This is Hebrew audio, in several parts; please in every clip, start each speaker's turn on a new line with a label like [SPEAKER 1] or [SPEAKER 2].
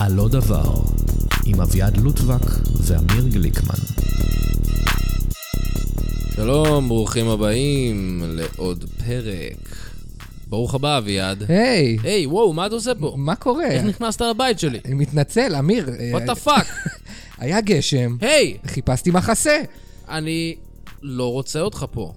[SPEAKER 1] על לא דבר, עם אביעד לוטבק ואמיר גליקמן.
[SPEAKER 2] שלום, ברוכים הבאים לעוד פרק. ברוך הבא, אביעד.
[SPEAKER 3] היי,
[SPEAKER 2] היי, וואו, מה אתה עושה פה?
[SPEAKER 3] מה קורה?
[SPEAKER 2] איך נכנסת לבית שלי?
[SPEAKER 3] אני מתנצל, אמיר.
[SPEAKER 2] וואט
[SPEAKER 3] אה,
[SPEAKER 2] דה פאק?
[SPEAKER 3] היה גשם,
[SPEAKER 2] היי,
[SPEAKER 3] חיפשתי מחסה.
[SPEAKER 2] אני לא רוצה אותך פה.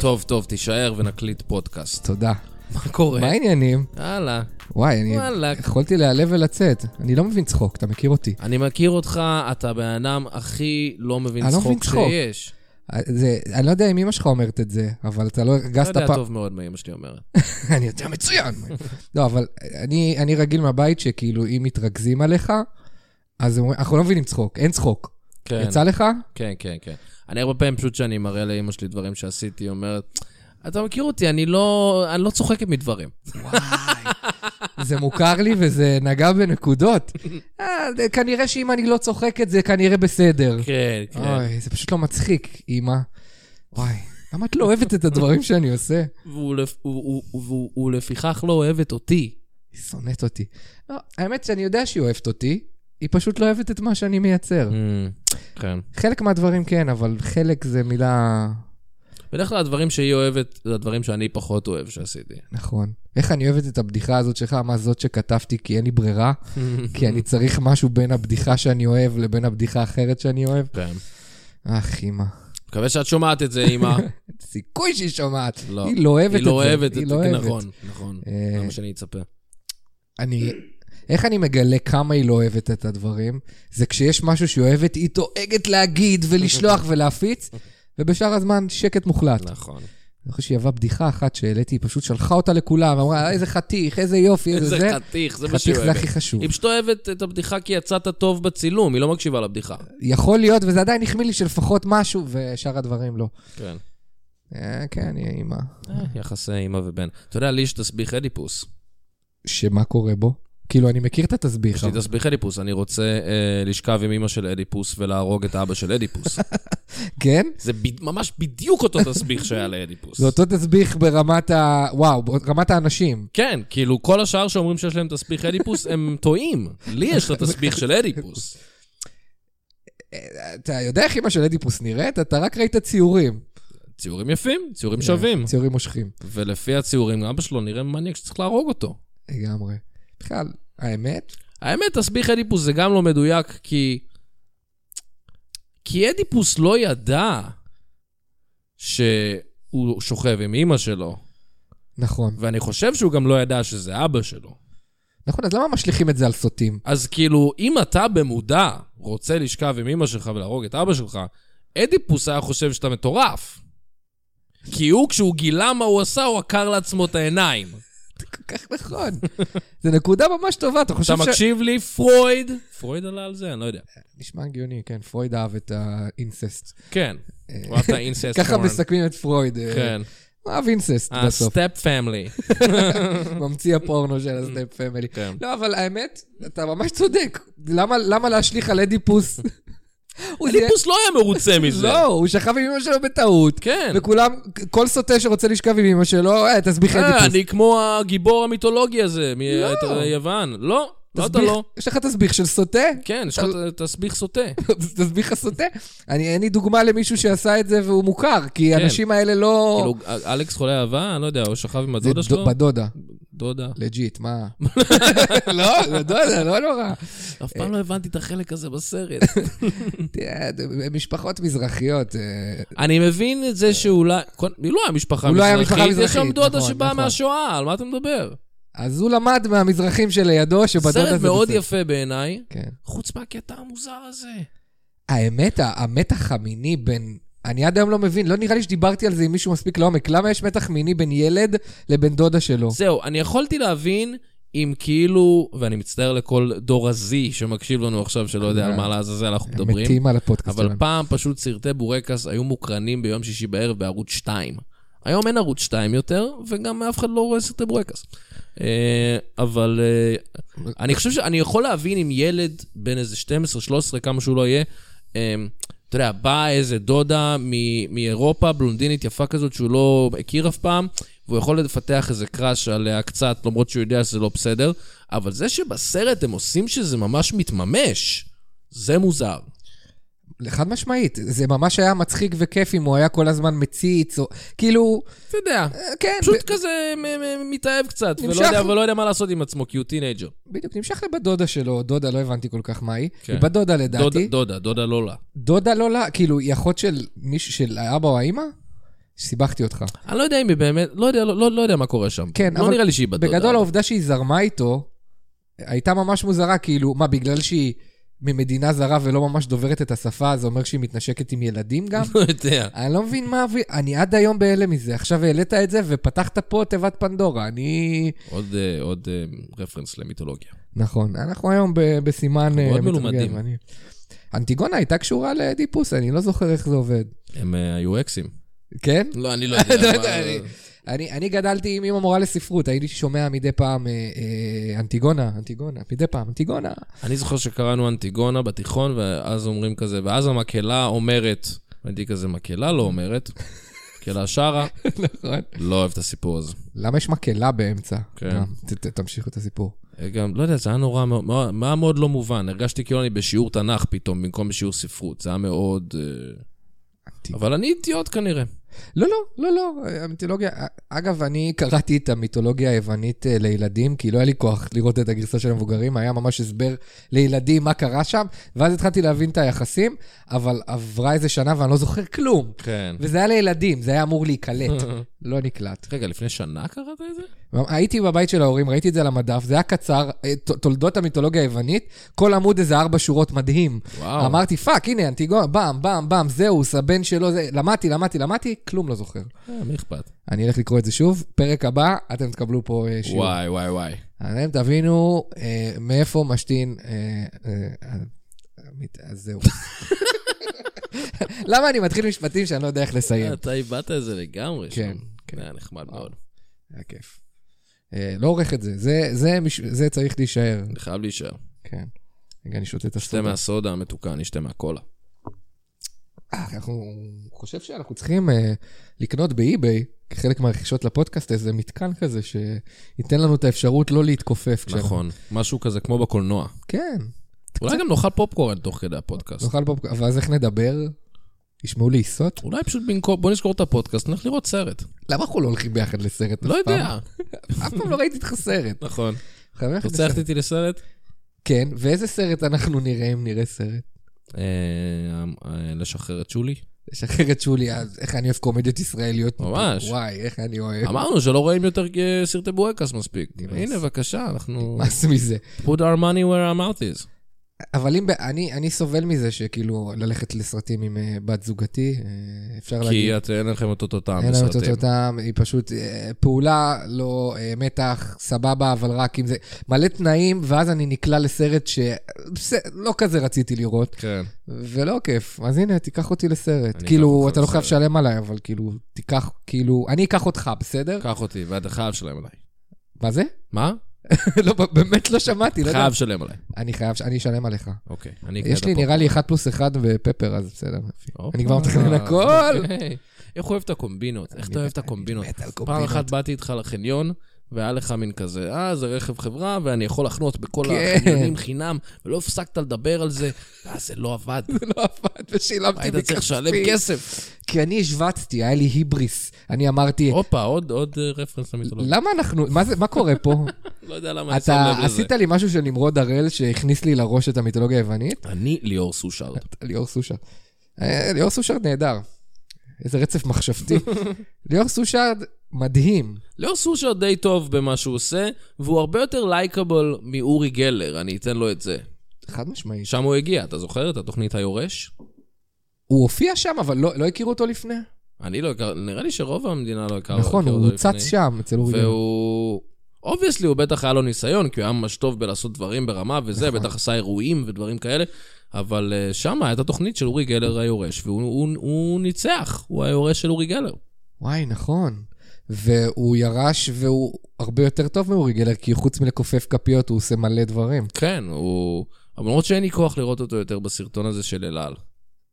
[SPEAKER 2] טוב, טוב, תישאר ונקליט פודקאסט.
[SPEAKER 3] תודה.
[SPEAKER 2] מה קורה?
[SPEAKER 3] מה העניינים?
[SPEAKER 2] הלאה.
[SPEAKER 3] וואי, אני
[SPEAKER 2] וואלכ.
[SPEAKER 3] יכולתי להיעלב ולצאת. אני לא מבין צחוק, אתה מכיר אותי.
[SPEAKER 2] אני מכיר אותך, אתה הבן אדם הכי לא מבין
[SPEAKER 3] אני לא מבין
[SPEAKER 2] צחוק
[SPEAKER 3] צחוק.
[SPEAKER 2] שיש.
[SPEAKER 3] אה, זה- אני לא יודע אם אמא שלך אומרת את זה, אבל אתה לא
[SPEAKER 2] אתה
[SPEAKER 3] הרגזת
[SPEAKER 2] יודע
[SPEAKER 3] פעם.
[SPEAKER 2] טוב מאוד מה אמא שלי אומרת.
[SPEAKER 3] אני יודע מצוין. לא, אבל אני אני רגיל מהבית שכאילו, אם מתרכזים עליך, אז הם אומרים, אנחנו לא מבינים צחוק, אין צחוק.
[SPEAKER 2] כן.
[SPEAKER 3] יצא לך?
[SPEAKER 2] כן, כן, כן. אני הרבה פעמים פשוט שאני מראה לאימא שלי דברים שעשיתי, היא אומרת, אתה מכיר אותי, אני לא, אני לא צוחקת מדברים.
[SPEAKER 3] זה מוכר לי וזה נגע בנקודות. אה, זה- כנראה שאם אני לא צוחקת זה כנראה בסדר.
[SPEAKER 2] כן, כן.
[SPEAKER 3] אוי, זה פשוט לא מצחיק, אימא. וואי, למה את לא אוהבת את הדברים שאני עושה?
[SPEAKER 2] והוא לפ- הוא- הוא- הוא- הוא- הוא לפיכך לא אוהבת אותי.
[SPEAKER 3] היא שונאת אותי. לא, האמת שאני יודע שהיא אוהבת אותי, היא פשוט לא אוהבת את מה שאני מייצר. Mm,
[SPEAKER 2] כן.
[SPEAKER 3] חלק מהדברים כן, אבל חלק זה מילה...
[SPEAKER 2] בדרך כלל הדברים שהיא אוהבת, זה הדברים שאני פחות אוהב שעשיתי.
[SPEAKER 3] נכון. איך אני אוהבת את הבדיחה הזאת שלך, מה זאת שכתבתי כי אין לי ברירה, כי
[SPEAKER 2] Mm-hmm.
[SPEAKER 3] אני צריך משהו בין הבדיחה שאני אוהב לבין הבדיחה האחרת שאני אוהב?
[SPEAKER 2] כן.
[SPEAKER 3] אך, אימא.
[SPEAKER 2] מקווה שאת שומעת את זה, אימא.
[SPEAKER 3] סיכוי שהיא שומעת.
[SPEAKER 2] לא.
[SPEAKER 3] היא לא אוהבת את זה.
[SPEAKER 2] היא לא אוהבת את זה,
[SPEAKER 3] לא אוהבת.
[SPEAKER 2] נכון, נכון.
[SPEAKER 3] אה,
[SPEAKER 2] זה מה שאני אצפה.
[SPEAKER 3] אני... איך אני מגלה כמה היא לא אוהבת את הדברים? זה כשיש משהו שהיא אוהבת, היא דואגת להגיד ולשלוח ולהפיץ, ובשאר הזמן שקט מוחלט.
[SPEAKER 2] נכון.
[SPEAKER 3] אני חושב שהיא אהבה בדיחה אחת שהעליתי, היא פשוט שלחה אותה לכולם, אמרה, "אה, איזה חתיך, איזה יופי, איזה
[SPEAKER 2] איזה
[SPEAKER 3] זה.
[SPEAKER 2] חתיך, זה מה שהיא
[SPEAKER 3] חתיך זה
[SPEAKER 2] אוהבת.
[SPEAKER 3] הכי חשוב.
[SPEAKER 2] היא פשוט אוהבת את הבדיחה כי יצאת טוב בצילום, היא לא מקשיבה לבדיחה.
[SPEAKER 3] יכול להיות, וזה עדיין החמיא לי שלפחות משהו, ושאר הדברים לא.
[SPEAKER 2] כן.
[SPEAKER 3] אה, כן, היא אימא.
[SPEAKER 2] יחסי אימא ובן. אתה יודע, לי יש תסביך אדיפוס.
[SPEAKER 3] שמה קורה בו? כאילו, אני מכיר את התסביך.
[SPEAKER 2] יש לי
[SPEAKER 3] אבל-
[SPEAKER 2] תסביך אדיפוס, אני רוצה אה, לשכב עם אימא של אדיפוס ולהרוג את אבא של אדיפוס.
[SPEAKER 3] כן?
[SPEAKER 2] זה ב- ממש בדיוק אותו תסביך שהיה לאדיפוס.
[SPEAKER 3] זה אותו תסביך ברמת ה... וואו, רמת האנשים.
[SPEAKER 2] כן, כאילו, כל השאר שאומרים שיש להם תסביך אדיפוס, הם טועים. לי יש את התסביך של אדיפוס.
[SPEAKER 3] אתה יודע איך אימא של אדיפוס נראית? אתה רק ראית ציורים. אה,
[SPEAKER 2] ציורים יפים, ציורים שווים.
[SPEAKER 3] ציורים מושכים.
[SPEAKER 2] ולפי הציורים, אבא שלו נראה מניאק שצריך להרוג אותו.
[SPEAKER 3] לגמרי. בכלל, האמת?
[SPEAKER 2] האמת, תסביך אדיפוס זה גם לא מדויק, כי... כי אדיפוס לא ידע שהוא שוכב עם אימא שלו,
[SPEAKER 3] נכון.
[SPEAKER 2] ואני חושב שהוא גם לא ידע שזה אבא שלו.
[SPEAKER 3] נכון, אז למה משליכים את זה על סוטים?
[SPEAKER 2] אז כאילו, אם אתה במודע רוצה לשכב עם אמא שלך ולהרוג את אבא שלך, אדיפוס היה חושב שאתה מטורף. כי הוא, כשהוא גילה מה הוא עשה, הוא עקר לעצמו את העיניים.
[SPEAKER 3] זה כל כך נכון. זה נקודה ממש טובה, אתה חושב
[SPEAKER 2] אתה
[SPEAKER 3] ש...
[SPEAKER 2] מקשיב לי, פרויד? פרויד עלה על זה? אני לא יודע.
[SPEAKER 3] נשמע הגיוני, כן, פרויד אהב את האינססט.
[SPEAKER 2] כן. הוא אהב את האינססט
[SPEAKER 3] אה, ככה
[SPEAKER 2] פורן.
[SPEAKER 3] מסכמים את פרויד. אה,
[SPEAKER 2] כן. אה,
[SPEAKER 3] הוא אהב אינססט בסוף.
[SPEAKER 2] הסטפ פמילי.
[SPEAKER 3] ממציא הפורנו של הסטפ פמילי.
[SPEAKER 2] כן.
[SPEAKER 3] לא, אבל האמת, אתה ממש צודק. למה- למה להשליך על אדיפוס? הוא זה-
[SPEAKER 2] אדיפוס לא היה מרוצה מזה.
[SPEAKER 3] לא, הוא שכב עם אמא שלו בטעות.
[SPEAKER 2] כן.
[SPEAKER 3] וכולם, כל סוטה שרוצה לשכב עם אמא שלו, אה, תסביך
[SPEAKER 2] אה,
[SPEAKER 3] אדיפוס.
[SPEAKER 2] אני כמו הגיבור המיתולוגי הזה מיוון. לא, לא אתה
[SPEAKER 3] תסביך-
[SPEAKER 2] לא.
[SPEAKER 3] יש לך תסביך של סוטה?
[SPEAKER 2] כן, יש לך ת- תסביך סוטה.
[SPEAKER 3] לא. תסביך הסוטה. אני, אין לי דוגמה למישהו שעשה את זה והוא מוכר, כי
[SPEAKER 2] כן.
[SPEAKER 3] האנשים האלה לא...
[SPEAKER 2] כאילו, א- אלכס חולה אהבה, אני לא יודע, הוא שכב עם
[SPEAKER 3] זה
[SPEAKER 2] הדודה
[SPEAKER 3] דו-
[SPEAKER 2] שלו?
[SPEAKER 3] בדודה,
[SPEAKER 2] דודה.
[SPEAKER 3] לג'יט, מה? לא, זה דודה, לא נורא.
[SPEAKER 2] אף
[SPEAKER 3] אה.
[SPEAKER 2] פעם לא הבנתי את החלק הזה בסרט.
[SPEAKER 3] תראה, זה- משפחות מזרחיות. אה,
[SPEAKER 2] אני מבין את זה שאולי... כל- היא לא היה משפחה
[SPEAKER 3] הוא לא היה משפחה
[SPEAKER 2] מזרחית, יש שם
[SPEAKER 3] מזרחית,
[SPEAKER 2] דודה
[SPEAKER 3] נכון,
[SPEAKER 2] שבאה
[SPEAKER 3] נכון.
[SPEAKER 2] מהשואה, על מה אתה מדבר?
[SPEAKER 3] אז הוא למד מהמזרחים שלידו, שבדודה זה...
[SPEAKER 2] סרט מאוד
[SPEAKER 3] בסדר.
[SPEAKER 2] יפה בעיניי,
[SPEAKER 3] כן.
[SPEAKER 2] חוץ מהקטע המוזר הזה.
[SPEAKER 3] האמת, ה- המתח המיני בין... אני עד היום לא מבין, לא נראה לי שדיברתי על זה עם מישהו מספיק לעומק. למה יש מתח מיני בין ילד לבין דודה שלו?
[SPEAKER 2] זהו, אני יכולתי להבין אם כאילו, ואני מצטער לכל דור הזי שמקשיב לנו עכשיו, שלא יודע על מה לעזאזל אנחנו
[SPEAKER 3] הם
[SPEAKER 2] מדברים.
[SPEAKER 3] מתים על הפודקאסט
[SPEAKER 2] אבל
[SPEAKER 3] שלהם.
[SPEAKER 2] פעם פשוט סרטי בורקס היו מוקרנים ביום שישי בערב בערוץ 2. היום אין ערוץ 2 יותר, וגם אף אחד לא רואה סרטי בורקס. אה, אבל אה, אני חושב שאני יכול להבין אם ילד בן איזה 12, 13, כמה שהוא לא יהיה, אה, אתה יודע, באה איזה דודה מ- מאירופה, בלונדינית יפה כזאת שהוא לא הכיר אף פעם, והוא יכול לפתח איזה קראש עליה קצת, למרות שהוא יודע שזה לא בסדר, אבל זה שבסרט הם עושים שזה ממש מתממש, זה מוזר.
[SPEAKER 3] חד משמעית, זה ממש היה מצחיק וכיף אם הוא היה כל הזמן מציץ, או כאילו,
[SPEAKER 2] אתה יודע,
[SPEAKER 3] אה, כן,
[SPEAKER 2] פשוט
[SPEAKER 3] ב-
[SPEAKER 2] כזה מ- מ- מתאהב קצת, ולא
[SPEAKER 3] נמשך.
[SPEAKER 2] יודע, ולא יודע מה לעשות עם עצמו, כי הוא טינג'ר.
[SPEAKER 3] בדיוק, נמשך לבת דודה שלו, דודה, לא הבנתי כל כך מה היא,
[SPEAKER 2] כן.
[SPEAKER 3] היא בת דודה
[SPEAKER 2] דודה,
[SPEAKER 3] לדעתי,
[SPEAKER 2] דודה, דודה לא לה.
[SPEAKER 3] דודה לא לה, כאילו, היא אחות של מישהו, של האבא או האמא? סיבכתי אותך.
[SPEAKER 2] אני לא יודע אם היא באמת, לא יודע, לא, לא, לא יודע מה קורה שם.
[SPEAKER 3] כן,
[SPEAKER 2] לא
[SPEAKER 3] אבל
[SPEAKER 2] נראה לי שהיא בת דודה.
[SPEAKER 3] בגדול, העובדה שהיא זרמה איתו, הייתה ממש מוזרה, כאילו, מה, בגלל שהיא ממדינה זרה ולא ממש דוברת את השפה, זה אומר שהיא מתנשקת עם ילדים גם?
[SPEAKER 2] לא יודע.
[SPEAKER 3] אני לא מבין מה... הבי- אני עד היום בהלם מזה. עכשיו העלית את זה ופתחת פה תיבת פנדורה. אני...
[SPEAKER 2] עוד, אה, עוד אה, רפרנס למיתולוגיה.
[SPEAKER 3] נכון, אנחנו היום ב- בסימן... אה,
[SPEAKER 2] מאוד
[SPEAKER 3] מתרגם,
[SPEAKER 2] מלומדים.
[SPEAKER 3] אני- אנטיגונה הייתה קשורה לאדיפוס, אני לא זוכר איך זה עובד.
[SPEAKER 2] הם אה, היו אקסים.
[SPEAKER 3] כן?
[SPEAKER 2] לא, אני לא
[SPEAKER 3] לא
[SPEAKER 2] יודע.
[SPEAKER 3] יודע, אני- אני, אני גדלתי עם אמא מורה לספרות, הייתי שומע מדי פעם אה, אה, אנטיגונה, אנטיגונה, מדי פעם אנטיגונה.
[SPEAKER 2] אני זוכר שקראנו אנטיגונה בתיכון, ואז אומרים כזה, ואז המקהלה אומרת, הייתי כזה, מקהלה לא אומרת, מקהלה שרה,
[SPEAKER 3] נכון.
[SPEAKER 2] לא אוהב את הסיפור הזה.
[SPEAKER 3] למה יש מקהלה באמצע?
[SPEAKER 2] כן.
[SPEAKER 3] גם, ת- ת- תמשיכו את הסיפור.
[SPEAKER 2] גם, לא יודע, זה היה נורא, מאוד- מאוד- מה מאוד לא מובן, הרגשתי כאילו אני בשיעור תנ"ך פתאום, במקום בשיעור ספרות, זה היה מאוד... אה,
[SPEAKER 3] אנטיגונה.
[SPEAKER 2] אבל אני אידיוט כנראה.
[SPEAKER 3] לא, לא, לא, לא, המיתולוגיה... אגב, אני קראתי את המיתולוגיה היוונית אה, לילדים, כי לא היה לי כוח לראות את הגרסה של המבוגרים, היה ממש הסבר לילדים מה קרה שם, ואז התחלתי להבין את היחסים, אבל עברה איזה שנה ואני לא זוכר כלום.
[SPEAKER 2] כן.
[SPEAKER 3] וזה היה לילדים, זה היה אמור להיקלט, לא נקלט.
[SPEAKER 2] רגע, לפני שנה קראת את זה?
[SPEAKER 3] הייתי בבית של ההורים, ראיתי את זה על המדף, זה היה קצר, אה, ת- תולדות המיתולוגיה היוונית, כל עמוד איזה ארבע שורות מדהים.
[SPEAKER 2] וואו.
[SPEAKER 3] אמרתי, פאק, הנה, אנטיגון, באם, באם, באם, זהוס, הבן שלו, זה, למדתי, למדתי, למדתי, כלום לא זוכר.
[SPEAKER 2] אה, מי אכפת?
[SPEAKER 3] אני אלך לקרוא את זה שוב, פרק הבא, אתם תקבלו פה אה, שיעור.
[SPEAKER 2] וואי, וואי, וואי.
[SPEAKER 3] אתם תבינו אה, מאיפה משתין... אה, אה, המת- אז זהו. למה אני מתחיל משפטים שאני לא יודע איך לסיים?
[SPEAKER 2] אה, אתה איבדת את זה לגמרי שם.
[SPEAKER 3] כן,
[SPEAKER 2] כן. היה נחמד מאוד.
[SPEAKER 3] היה כיף. אה, לא עורך את זה, זה, זה, מש- זה צריך להישאר.
[SPEAKER 2] אני חייב להישאר.
[SPEAKER 3] כן. רגע, אני שותה את
[SPEAKER 2] שתה
[SPEAKER 3] הסודה.
[SPEAKER 2] מהסודה המתוקה, אני אשתה מהקולה.
[SPEAKER 3] כן. אה, אנחנו... חושב שאנחנו צריכים אה, לקנות באי-ביי, כחלק מהרכישות לפודקאסט, איזה מתקן כזה שייתן לנו את האפשרות לא להתכופף. כשאנחנו-
[SPEAKER 2] נכון. משהו כזה כמו בקולנוע.
[SPEAKER 3] כן.
[SPEAKER 2] אולי גם נאכל פופקורן תוך כדי הפודקאסט.
[SPEAKER 3] נאכל פופקורן, ואז איך נדבר? ישמעו לי עיסות?
[SPEAKER 2] אולי פשוט במקום, בוא נסגור את הפודקאסט, נלך לראות סרט.
[SPEAKER 3] למה אנחנו לא הולכים ביחד לסרט?
[SPEAKER 2] לא
[SPEAKER 3] אף פעם?
[SPEAKER 2] יודע.
[SPEAKER 3] אף פעם לא ראיתי איתך סרט.
[SPEAKER 2] נכון.
[SPEAKER 3] חייבים
[SPEAKER 2] אתה
[SPEAKER 3] ללכת
[SPEAKER 2] רוצה ללכת
[SPEAKER 3] לסרט.
[SPEAKER 2] איתי לסרט?
[SPEAKER 3] כן, ואיזה סרט אנחנו נראה אם נראה סרט?
[SPEAKER 2] אה, אה, לשחרר את שולי?
[SPEAKER 3] לשחרר את שולי, אז איך אני אוהב קומדיות ישראליות.
[SPEAKER 2] ממש.
[SPEAKER 3] וואי, איך אני אוהב.
[SPEAKER 2] אמרנו שלא רואים יותר אה, סרטי בורקס מספיק.
[SPEAKER 3] נמאס.
[SPEAKER 2] הנה, בבקשה, אנחנו...
[SPEAKER 3] נמאס מזה.
[SPEAKER 2] put our money where our mouth is.
[SPEAKER 3] אבל אם... ב- אני אני סובל מזה שכאילו ללכת לסרטים עם אה, בת זוגתי, אה, אפשר להגיד.
[SPEAKER 2] כי את- אין לכם את אותו טעם
[SPEAKER 3] אין להם את אותו
[SPEAKER 2] בסרטים.
[SPEAKER 3] טעם, היא פשוט אה, פעולה, לא אה, מתח, סבבה, אבל רק אם זה... מלא תנאים, ואז אני נקלע לסרט שלא כזה רציתי לראות,
[SPEAKER 2] כן.
[SPEAKER 3] ולא כיף. אז הנה, תיקח אותי לסרט.
[SPEAKER 2] אני אקח
[SPEAKER 3] כאילו,
[SPEAKER 2] אותך
[SPEAKER 3] אתה לא חייב
[SPEAKER 2] לסרט.
[SPEAKER 3] לשלם עליי, אבל כאילו, תיקח, כאילו... אני אקח אותך, בסדר?
[SPEAKER 2] קח אותי, ואתה חייב שלם עליי.
[SPEAKER 3] מה זה?
[SPEAKER 2] מה?
[SPEAKER 3] לא, ב- באמת לא שמעתי, לא יודע.
[SPEAKER 2] חייב שלם עליי.
[SPEAKER 3] אני חייב, ש- אני אשלם עליך.
[SPEAKER 2] אוקיי. אני אקנה
[SPEAKER 3] יש
[SPEAKER 2] את
[SPEAKER 3] לי,
[SPEAKER 2] הפופקורן.
[SPEAKER 3] נראה לי, 1 פלוס 1 ופפר, אז בסדר. יופי.
[SPEAKER 2] הופה.
[SPEAKER 3] אני כבר מתכנן הכל.
[SPEAKER 2] אוקיי. איך הוא אוהב את הקומבינות? איך אתה אוהב את הקומבינות?
[SPEAKER 3] מת על
[SPEAKER 2] פעם
[SPEAKER 3] קומבינות.
[SPEAKER 2] אחת באתי איתך לחניון, והיה לך מין כזה, אה, זה רכב חברה, ואני יכול לחנות בכל
[SPEAKER 3] כן.
[SPEAKER 2] החניונים חינם, ולא הפסקת לדבר על זה, אה, זה לא עבד.
[SPEAKER 3] לא עבד ושילמתי
[SPEAKER 2] היית צריך לשלם
[SPEAKER 3] מכספי.
[SPEAKER 2] כסף.
[SPEAKER 3] כי אני השווצתי, היה לי היבריס. אני אמרתי,
[SPEAKER 2] הופה, עוד עוד, אה, רפרנס למיתולוגיה.
[SPEAKER 3] למה אנחנו, מה זה- מה קורה פה?
[SPEAKER 2] לא יודע למה אני שם
[SPEAKER 3] אתה
[SPEAKER 2] לב לזה.
[SPEAKER 3] עשית לי משהו של נמרוד הראל שהכניס לי לראש את המיתולוגיה היוונית?
[SPEAKER 2] אני ליאור סושרד.
[SPEAKER 3] ליאור סושרד. אה, ליאור סושרד נהדר. איזה רצף מחשבתי. ליאור סושרד מדהים.
[SPEAKER 2] ליאור סושרד די טוב במה שהוא עושה, והוא הרבה יותר לייקable מאורי גלר, אני אתן לו את זה.
[SPEAKER 3] חד משמעית.
[SPEAKER 2] שם הוא הגיע, אתה זוכר את התוכנית היורש?
[SPEAKER 3] הוא הופיע שם, אבל לא לא הכירו אותו לפני.
[SPEAKER 2] אני לא הכר, נראה לי שרוב המדינה לא הכר
[SPEAKER 3] נכון,
[SPEAKER 2] הכר
[SPEAKER 3] הוא
[SPEAKER 2] אותו לפני.
[SPEAKER 3] הוצץ שם אצל אורי. גלר.
[SPEAKER 2] והוא... אובייסלי, הוא בטח היה לו ניסיון, כי הוא היה ממש טוב בלעשות דברים ברמה וזה,
[SPEAKER 3] נכון.
[SPEAKER 2] בטח עשה אירועים ודברים כאלה, אבל אה, שם הייתה תוכנית של אורי גלר היורש, והוא הוא, הוא ניצח, הוא היורש של אורי גלר.
[SPEAKER 3] וואי, נכון. והוא ירש והוא הרבה יותר טוב מאורי גלר, כי חוץ מלכופף כפיות הוא עושה מלא דברים.
[SPEAKER 2] כן, הוא... אבל למרות שאין לי כוח לראות אותו יותר בסרטון הזה של אלעל.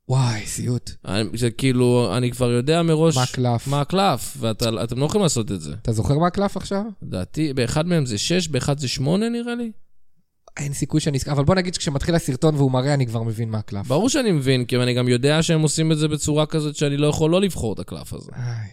[SPEAKER 3] וואי, סיוט.
[SPEAKER 2] אני- זה כאילו, אני כבר יודע מראש...
[SPEAKER 3] מה הקלף?
[SPEAKER 2] מה הקלף, ואתם לא יכולים לעשות את זה.
[SPEAKER 3] אתה זוכר מה הקלף עכשיו?
[SPEAKER 2] לדעתי, באחד מהם זה 6, באחד זה 8 נראה לי.
[SPEAKER 3] אין סיכוי שאני... אזכ- אבל בוא נגיד שכשמתחיל הסרטון והוא מראה, אני כבר מבין מה הקלף.
[SPEAKER 2] ברור שאני מבין, כי אני גם יודע שהם עושים את זה בצורה כזאת שאני לא יכול לא לבחור את הקלף הזה.
[SPEAKER 3] איי.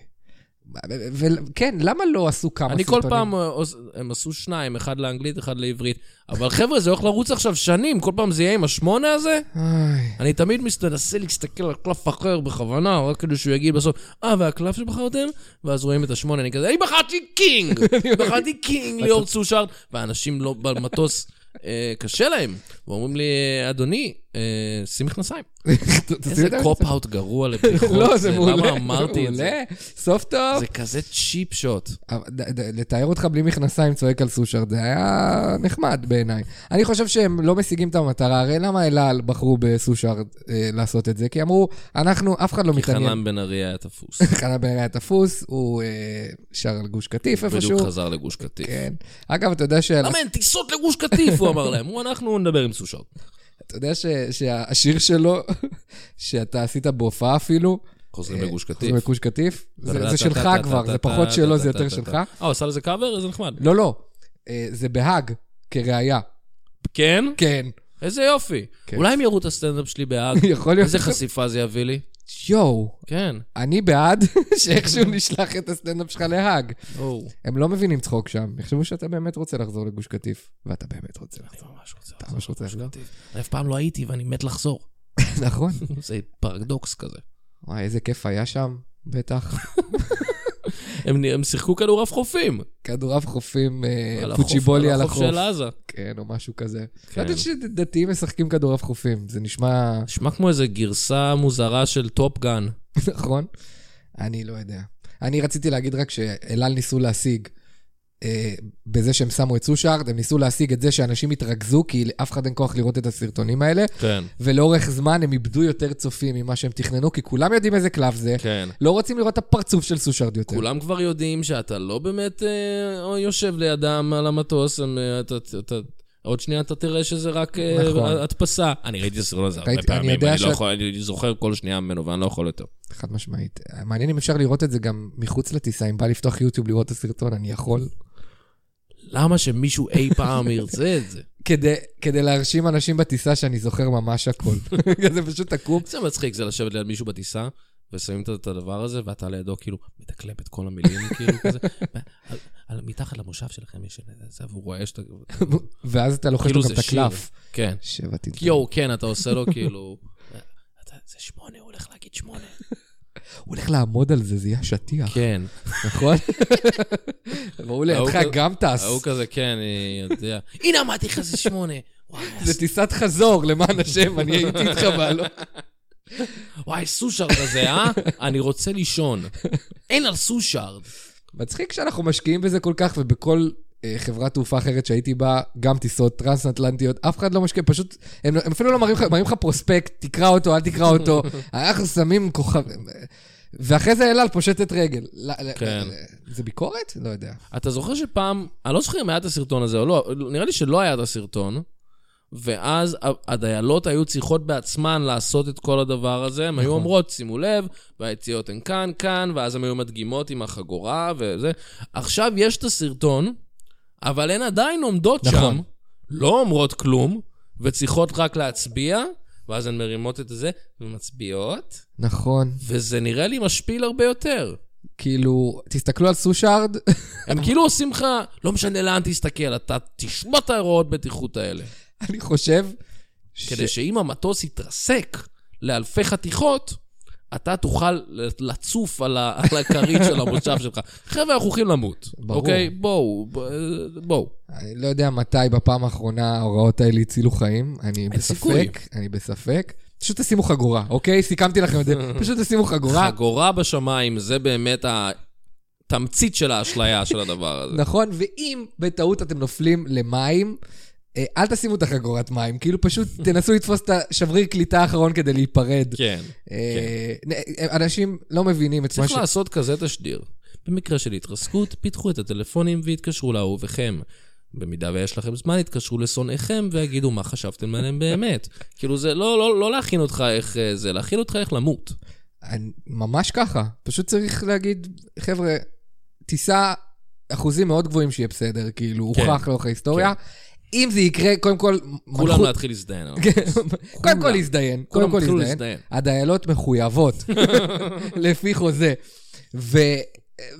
[SPEAKER 3] ו- ו- כן, למה לא עשו כמה
[SPEAKER 2] אני
[SPEAKER 3] סרטונים?
[SPEAKER 2] כל פעם, אה, עוש- הם עשו שניים, אחד לאנגלית, אחד לעברית. אבל חבר'ה, זה הולך לרוץ עכשיו שנים, כל פעם זה יהיה עם השמונה הזה?
[SPEAKER 3] איי.
[SPEAKER 2] אני תמיד מס- מנסה להסתכל על קלף אחר בכוונה, רק כאילו שהוא יגיד בסוף, אה, והקלף שבחרתם? ואז רואים את השמונה, אני כזה, אני בחרתי קינג! בחרתי קינג, ליאור צושרד. והאנשים לא, במטוס, אה, קשה להם. ואומרים לי, אדוני, אה, שים מכנסיים.
[SPEAKER 3] אתה- אתה
[SPEAKER 2] איזה
[SPEAKER 3] יודע?
[SPEAKER 2] קופ-אאוט גרוע לבדיחות.
[SPEAKER 3] לא, זה מעולה.
[SPEAKER 2] למה אמרתי את זה?
[SPEAKER 3] מעולה. סוף טוב.
[SPEAKER 2] זה כזה צ'יפ שוט.
[SPEAKER 3] אבל ד- ד- לתאר אותך בלי מכנסיים צועק על סושרד, זה היה נחמד בעיניי. אני חושב שהם לא משיגים את המטרה, הרי למה אל על בחרו בסושרד אה, לעשות את זה? כי אמרו, אנחנו, אף אחד לא מתעניין.
[SPEAKER 2] חנן בן ארי היה תפוס.
[SPEAKER 3] חנן בן ארי היה תפוס, הוא אה, שר על גוש קטיף איפשהו.
[SPEAKER 2] בדיוק חזר לגוש קטיף.
[SPEAKER 3] כן. אגב, אתה יודע, שעל-
[SPEAKER 2] למה אין טיסות לגוש קטיף? הוא אמר להם. הוא, אנחנו נדבר עם סושרד.
[SPEAKER 3] אתה יודע ש... שהשיר שלו, שאתה עשית בהופעה אפילו,
[SPEAKER 2] חוזרים לגוש קטיף.
[SPEAKER 3] כן. חוזרים לגוש קטיף, זה זה שלך כבר, זה פחות שלו, זה יותר שלך.
[SPEAKER 2] אה, הוא עשה לזה קאבר? זה נחמד.
[SPEAKER 3] לא, לא, אה, זה בהאג, כראיה.
[SPEAKER 2] כן?
[SPEAKER 3] כן.
[SPEAKER 2] איזה יופי.
[SPEAKER 3] כן.
[SPEAKER 2] אולי הם יראו את הסטנדאפ שלי בהאג?
[SPEAKER 3] יכול להיות.
[SPEAKER 2] איזה חשיפה זה יביא לי?
[SPEAKER 3] יואו,
[SPEAKER 2] כן.
[SPEAKER 3] אני בעד שאיכשהו נשלח את הסטנדאפ שלך להאג.
[SPEAKER 2] או.
[SPEAKER 3] הם לא מבינים צחוק שם, יחשבו שאתה באמת רוצה לחזור לגוש קטיף, ואתה באמת רוצה לחזור.
[SPEAKER 2] אני ממש רוצה.
[SPEAKER 3] ממש רוצה
[SPEAKER 2] לגוש
[SPEAKER 3] לחזור.
[SPEAKER 2] קטיף. אני אף פעם לא הייתי ואני מת לחזור.
[SPEAKER 3] נכון.
[SPEAKER 2] זה פרדוקס כזה.
[SPEAKER 3] וואי, איזה כיף היה שם, בטח.
[SPEAKER 2] הם הם שיחקו כדורעף חופים.
[SPEAKER 3] כדורעף חופים, אה,
[SPEAKER 2] על החוף-
[SPEAKER 3] פוצ'יבולי על החוף.
[SPEAKER 2] של עזה.
[SPEAKER 3] כן, או משהו כזה.
[SPEAKER 2] כן.
[SPEAKER 3] לא יודעת שדתיים משחקים כדורעף חופים, זה נשמע
[SPEAKER 2] נשמע כמו איזה גרסה מוזרה של טופגן.
[SPEAKER 3] נכון? אני לא יודע. אני רציתי להגיד רק שאל על ניסו להשיג, אה, בזה שהם שמו את סושארד, הם ניסו להשיג את זה שאנשים התרכזו, כי לאף אחד אין כוח לראות את הסרטונים האלה,
[SPEAKER 2] כן,
[SPEAKER 3] ולאורך זמן הם איבדו יותר צופים ממה שהם תכננו, כי כולם יודעים איזה קלף זה.
[SPEAKER 2] כן.
[SPEAKER 3] לא רוצים לראות את הפרצוף של סושארד יותר.
[SPEAKER 2] כולם כבר יודעים שאתה לא באמת אה, או יושב לידם על המטוס, הם, אה, אתה... אתה- עוד שנייה אתה תראה שזה רק אה,
[SPEAKER 3] נכון.
[SPEAKER 2] הדפסה. אני ראיתי את הסרטון הזה הרבה
[SPEAKER 3] ראיתי- אני
[SPEAKER 2] פעמים,
[SPEAKER 3] יודע
[SPEAKER 2] אני לא
[SPEAKER 3] שאת-
[SPEAKER 2] יכול, אני זוכר כל שנייה ממנו ואני לא יכול יותר.
[SPEAKER 3] חד משמעית. מעניין אם אפשר לראות את זה גם מחוץ לטיסה, אם בא לפתוח יוטיוב לראות את הסרטון, אני יכול.
[SPEAKER 2] למה שמישהו אי פעם ירצה את זה?
[SPEAKER 3] כדי, כדי להרשים אנשים בטיסה שאני זוכר ממש הכל. זה פשוט עקום.
[SPEAKER 2] זה מצחיק, זה לשבת ליד מישהו בטיסה, ושמים את- את הדבר הזה, ואתה לידו כאילו מתקלם את כל המילים, כאילו כזה. על- על- מתחת למושב שלכם יש... זה, והוא רואה שאתה...
[SPEAKER 3] ואז אתה לוחש לו
[SPEAKER 2] כאילו
[SPEAKER 3] גם
[SPEAKER 2] זה
[SPEAKER 3] את הקלף.
[SPEAKER 2] שיר. כן.
[SPEAKER 3] שבע תדבר.
[SPEAKER 2] יואו, כן, אתה עושה לו כאילו... אתה- זה שמונה, הוא הולך להגיד שמונה.
[SPEAKER 3] הוא הולך לעמוד על זה, זה יהיה שטיח,
[SPEAKER 2] כן.
[SPEAKER 3] נכון? והוא לידך
[SPEAKER 2] ההוא כ-
[SPEAKER 3] גם טס.
[SPEAKER 2] ההוא כזה, כן, אני יודע. הנה, אמרתי לך, זה שמונה. וואי,
[SPEAKER 3] זה טיסת חזור, למען השם, אני הייתי איתך בעלו.
[SPEAKER 2] וואי, סושארד הזה, אה? אני רוצה לישון. אין על סושארד.
[SPEAKER 3] מצחיק שאנחנו משקיעים בזה כל כך, ובכל אה, חברת תעופה אחרת שהייתי בה, גם טיסות טרנס-אטלנטיות, אף אחד לא משקיע, פשוט, הם, הם אפילו לא מראים לך, מראים לך פרוספקט, תקרא אותו, אל תקרא אותו, אנחנו שמים כוכב... ואחרי זה אלעל פושטת רגל. לא-
[SPEAKER 2] כן.
[SPEAKER 3] זה ביקורת? לא יודע.
[SPEAKER 2] אתה זוכר שפעם, אני לא זוכר אם היה את הסרטון הזה או לא, נראה לי שלא היה את הסרטון, ואז ה- הדיילות היו צריכות בעצמן לעשות את כל הדבר הזה, הן היו אומרות, שימו לב, והיציאות הן כאן, כאן, ואז הן היו מדגימות עם החגורה וזה. עכשיו יש את הסרטון, אבל הן עדיין עומדות
[SPEAKER 3] נכון.
[SPEAKER 2] שם, לא אומרות כלום, וצריכות רק להצביע, ואז הן מרימות את זה, ומצביעות,
[SPEAKER 3] נכון.
[SPEAKER 2] וזה נראה לי משפיל הרבה יותר.
[SPEAKER 3] כאילו, תסתכלו על סושארד,
[SPEAKER 2] הם כאילו עושים לך, לא משנה לאן תסתכל, אתה תשמע את ההוראות בטיחות האלה.
[SPEAKER 3] אני חושב...
[SPEAKER 2] כדי שאם המטוס יתרסק לאלפי חתיכות, אתה תוכל לצוף על ה- על הכרית של המושב שלך. חבר'ה, אנחנו הולכים למות,
[SPEAKER 3] ברור.
[SPEAKER 2] אוקיי? בואו, ב- בואו.
[SPEAKER 3] אני לא יודע מתי בפעם האחרונה ההוראות האלה הצילו חיים, אני
[SPEAKER 2] סיכוי.
[SPEAKER 3] בספק, אני בספק. פשוט תשימו חגורה, אוקיי? סיכמתי לכם את זה. פשוט תשימו חגורה.
[SPEAKER 2] חגורה בשמיים, זה באמת התמצית של האשליה של הדבר הזה.
[SPEAKER 3] נכון, ואם בטעות אתם נופלים למים, אה, אל תשימו את החגורת מים, כאילו פשוט תנסו לתפוס את השבריר קליטה האחרון כדי להיפרד.
[SPEAKER 2] כן.
[SPEAKER 3] אה, נ- אנשים לא מבינים את מה ש...
[SPEAKER 2] צריך לעשות כזה תשדיר. במקרה של התרסקות, פיתחו את הטלפונים והתקשרו לאהוביכם. במידה ויש לכם זמן, יתקשרו לשונאיכם ויגידו מה חשבתם עליהם באמת. כאילו זה לא, לא, לא להכין אותך איך אה, זה, להכין אותך איך למות.
[SPEAKER 3] אני- ממש ככה. פשוט צריך להגיד, חבר'ה, טיסה אחוזים מאוד גבוהים שיהיה בסדר, כאילו,
[SPEAKER 2] כן.
[SPEAKER 3] הוכח לאורך ההיסטוריה. אם זה יקרה, קודם כל,
[SPEAKER 2] כולם
[SPEAKER 3] מלכות-
[SPEAKER 2] להתחיל להזדיין. אבל.
[SPEAKER 3] קודם כל
[SPEAKER 2] כולם.
[SPEAKER 3] להזדיין,
[SPEAKER 2] כולם
[SPEAKER 3] קודם כל
[SPEAKER 2] התחילו
[SPEAKER 3] להזדיין.
[SPEAKER 2] להזדיין.
[SPEAKER 3] הדיילות מחויבות, לפי חוזה. ו...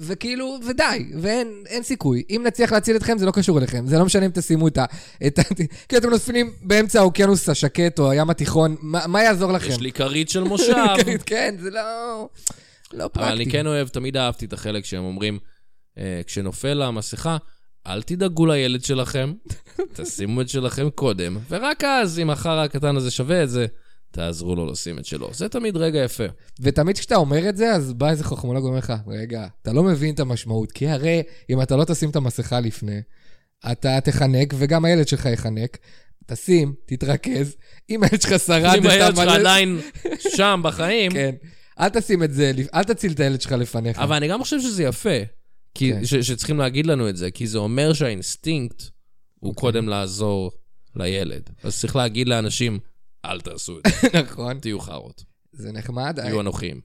[SPEAKER 3] וכאילו, ודי, ואין אין סיכוי. אם נצליח להציל אתכם, זה לא קשור אליכם. זה לא משנה אם תשימו את ה... את ה... כאילו, אתם נוספים באמצע האוקיינוס השקט או הים התיכון, מה, מה יעזור לכם?
[SPEAKER 2] יש לי כרית של מושב.
[SPEAKER 3] כן, זה לא... לא פרקטי.
[SPEAKER 2] אבל אני כן אוהב, תמיד אהבתי את החלק שהם אומרים, אה, כשנופל המסכה, אל תדאגו לילד שלכם, תשימו את שלכם קודם, ורק אז, אם החרא הקטן הזה שווה את זה, תעזרו לו לשים את שלו. זה תמיד רגע יפה.
[SPEAKER 3] ותמיד כשאתה אומר את זה, אז בא איזה חכמולוג ואומר לך, רגע, אתה לא מבין את המשמעות, כי הרי אם אתה לא תשים את המסכה לפני, אתה תחנק, וגם הילד שלך יחנק. תשים, תתרכז, אם הילד שלך שרד...
[SPEAKER 2] אם
[SPEAKER 3] את
[SPEAKER 2] הילד שלך
[SPEAKER 3] המלא-
[SPEAKER 2] עדיין שם בחיים,
[SPEAKER 3] כן. אל תשים את זה, לפ- אל תציל את הילד שלך לפניך.
[SPEAKER 2] אבל אני גם חושב שזה יפה, כי-
[SPEAKER 3] כן.
[SPEAKER 2] ש- שצריכים להגיד לנו את זה, כי זה אומר שהאינסטינקט הוא קודם לעזור לילד. אז צריך להגיד לאנשים, אל תעשו את זה,
[SPEAKER 3] נכון.
[SPEAKER 2] תהיו חארות,
[SPEAKER 3] זה נחמד.
[SPEAKER 2] תהיו אנוכיים.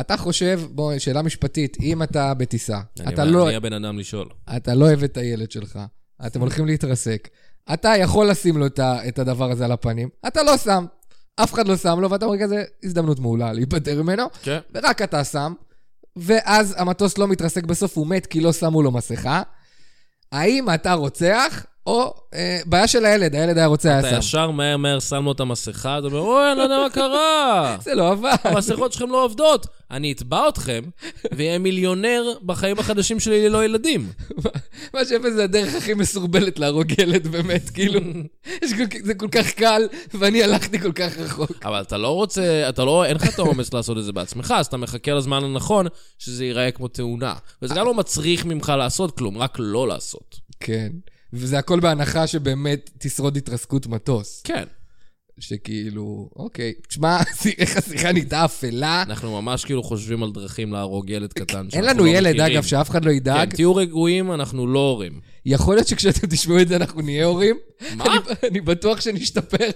[SPEAKER 3] אתה חושב, בוא, שאלה משפטית, אם אתה בטיסה,
[SPEAKER 2] אני
[SPEAKER 3] אתה
[SPEAKER 2] אומר,
[SPEAKER 3] לא...
[SPEAKER 2] אני הבן אדם לשאול.
[SPEAKER 3] אתה לא אוהב את הילד שלך, אתם הולכים להתרסק. אתה יכול לשים לו את ה- את הדבר הזה על הפנים, אתה לא שם. אף אחד לא שם לו, ואתה אומר כזה, הזדמנות מעולה להיפטר ממנו,
[SPEAKER 2] כן.
[SPEAKER 3] ורק אתה שם, ואז המטוס לא מתרסק בסוף, הוא מת כי לא שמו לו מסכה. האם אתה רוצח, או אה, בעיה של הילד, הילד היה רוצה,
[SPEAKER 2] אתה
[SPEAKER 3] היה שם.
[SPEAKER 2] ישר מהר מהר שם לו את המסכה, אתה אומר, אוי, אני לא יודע מה קרה.
[SPEAKER 3] זה לא עבד.
[SPEAKER 2] המסכות שלכם לא עובדות. אני אתבע אתכם, ואהיה מיליונר בחיים החדשים שלי ללא ילדים.
[SPEAKER 3] מה שאפס זה הדרך הכי מסורבלת להרוג ילד, באמת, כאילו, יש כל כך- זה כל כך קל, ואני הלכתי כל כך רחוק.
[SPEAKER 2] אבל אתה לא רוצה, אתה לא, אין לך את האומץ לעשות את זה בעצמך, אז אתה מחכה לזמן הנכון שזה ייראה כמו תאונה. וזה גם לא מצריך ממך לעשות כלום, רק לא לעשות.
[SPEAKER 3] כן. וזה הכל בהנחה שבאמת תשרוד התרסקות מטוס.
[SPEAKER 2] כן.
[SPEAKER 3] שכאילו, אוקיי. תשמע, איך השיחה נהייתה אפלה.
[SPEAKER 2] אנחנו ממש כאילו חושבים על דרכים להרוג ילד קטן
[SPEAKER 3] אין
[SPEAKER 2] שאנחנו
[SPEAKER 3] לנו
[SPEAKER 2] לא
[SPEAKER 3] ילד,
[SPEAKER 2] מכירים.
[SPEAKER 3] אגב, שאף אחד לא ידאג.
[SPEAKER 2] כן, תהיו רגועים, אנחנו לא הורים.
[SPEAKER 3] יכול להיות שכשאתם תשמעו את זה אנחנו נהיה הורים.
[SPEAKER 2] מה?
[SPEAKER 3] אני- אני בטוח שנשתפר.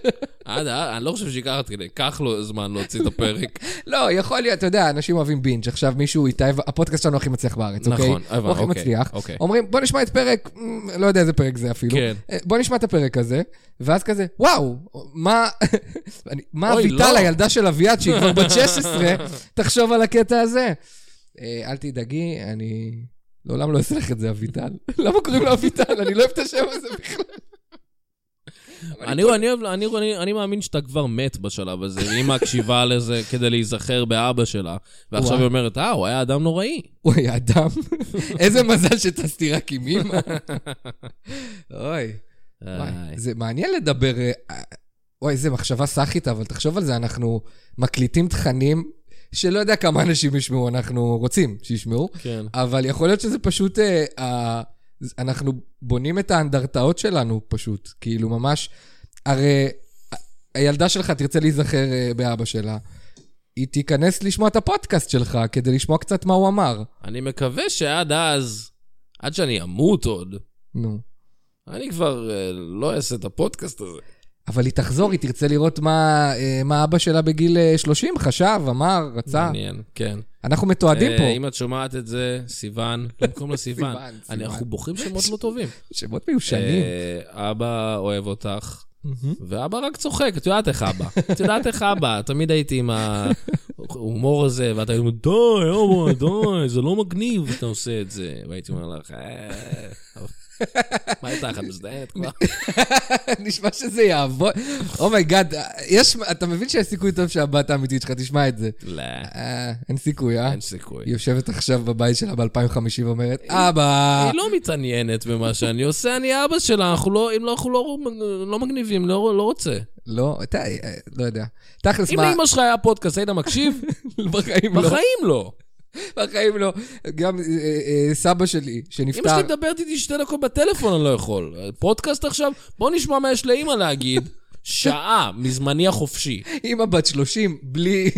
[SPEAKER 2] עד, אה, אני לא חושב שייקח עד כדי כך לו זמן להוציא את הפרק.
[SPEAKER 3] לא, יכול להיות, אתה יודע, אנשים אוהבים בינג'. עכשיו מישהו התאהב, הפודקאסט שלנו הכי מצליח בארץ,
[SPEAKER 2] נכון,
[SPEAKER 3] אוקיי?
[SPEAKER 2] הבנתי,
[SPEAKER 3] הוא הכי
[SPEAKER 2] אוקיי,
[SPEAKER 3] מצליח.
[SPEAKER 2] אוקיי.
[SPEAKER 3] אומרים, בוא נשמע את פרק, מ, לא יודע איזה פרק זה אפילו.
[SPEAKER 2] כן.
[SPEAKER 3] אה, בוא נשמע את הפרק הזה, ואז כזה, וואו, מה אני- מה
[SPEAKER 2] אוי,
[SPEAKER 3] אביטל,
[SPEAKER 2] לא.
[SPEAKER 3] הילדה של אביעד, שהיא כבר בת 16, תחשוב על הקטע הזה. אה, אל תדאגי, אני לעולם לא אעשה לך את זה, אביטל. למה קוראים לו אביטל? אני לא אוהב את השם הזה בכלל.
[SPEAKER 2] אני, אני, אוהב- אני, אני, אני מאמין שאתה כבר מת בשלב הזה, ואמא מקשיבה לזה כדי להיזכר באבא שלה, ועכשיו
[SPEAKER 3] וואי.
[SPEAKER 2] היא אומרת, אה, הוא היה אדם נוראי.
[SPEAKER 3] הוא היה אדם. איזה מזל שטסתי רק עם אמא. אוי. וואי,
[SPEAKER 2] איי.
[SPEAKER 3] זה מעניין לדבר... אה, אה, וואי, איזה מחשבה סאחית, אבל תחשוב על זה, אנחנו מקליטים תכנים שלא יודע כמה אנשים ישמעו, אנחנו רוצים שישמעו,
[SPEAKER 2] כן.
[SPEAKER 3] אבל יכול להיות שזה פשוט... אה, אה, ז- אנחנו בונים את האנדרטאות שלנו פשוט, כאילו ממש... הרי ה- הילדה שלך תרצה להיזכר אה, באבא שלה. היא תיכנס לשמוע את הפודקאסט שלך כדי לשמוע קצת מה הוא אמר.
[SPEAKER 2] אני מקווה שעד אז, עד שאני אמות עוד,
[SPEAKER 3] נו.
[SPEAKER 2] אני כבר אה, לא אעשה את הפודקאסט הזה.
[SPEAKER 3] אבל היא תחזור, היא תרצה לראות מה, אה, מה אבא שלה בגיל אה, 30 חשב, אמר, רצה.
[SPEAKER 2] מעניין, כן.
[SPEAKER 3] אנחנו מתועדים
[SPEAKER 2] אה,
[SPEAKER 3] אה. פה.
[SPEAKER 2] אם את שומעת את זה, סיוון, במקום לסיוון.
[SPEAKER 3] סיוון, סיוון.
[SPEAKER 2] אני- אנחנו בוחרים שמות לא טובים.
[SPEAKER 3] שמות מיושנים.
[SPEAKER 2] אה, אבא אוהב אותך. ואבא רק צוחק, את יודעת איך אבא. את יודעת איך אבא, תמיד הייתי עם ההומור הזה, ואתה היית אומר, די, אבא, די, זה לא מגניב שאתה עושה את זה. והייתי אומר לך, "אה, מה הייתה אחת מזדיינת כבר? אה,
[SPEAKER 3] נשמע שזה יעבוד. אומייגאד, יש, אתה מבין שיש סיכוי טוב שהבת האמיתית שלך תשמע את זה.
[SPEAKER 2] לא,
[SPEAKER 3] אה, אין סיכוי, אה?
[SPEAKER 2] אין סיכוי.
[SPEAKER 3] היא יושבת עכשיו בבית שלה ב-2050 ואומרת, אבא,
[SPEAKER 2] היא לא מתעניינת במה שאני עושה, אני אבא שלה, אנחנו לא, אם לא, אנחנו לא, לא מגניבים, לא, לא רוצה.
[SPEAKER 3] לא, אתה, אה, לא יודע. תכלס,
[SPEAKER 2] אם
[SPEAKER 3] מה,
[SPEAKER 2] לאמא שלך היה פודקאסט, היית מקשיב?
[SPEAKER 3] בחיים לא,
[SPEAKER 2] בחיים לא.
[SPEAKER 3] בחיים לא. גם אה, אה, סבא שלי,
[SPEAKER 2] אמא
[SPEAKER 3] שנפטר,
[SPEAKER 2] שלי מדברת איתי שתי דקות בטלפון, אני לא יכול. פודקאסט עכשיו? בוא נשמע מה יש לאמא להגיד. שעה מזמני החופשי.
[SPEAKER 3] אימא בת 30, בלי,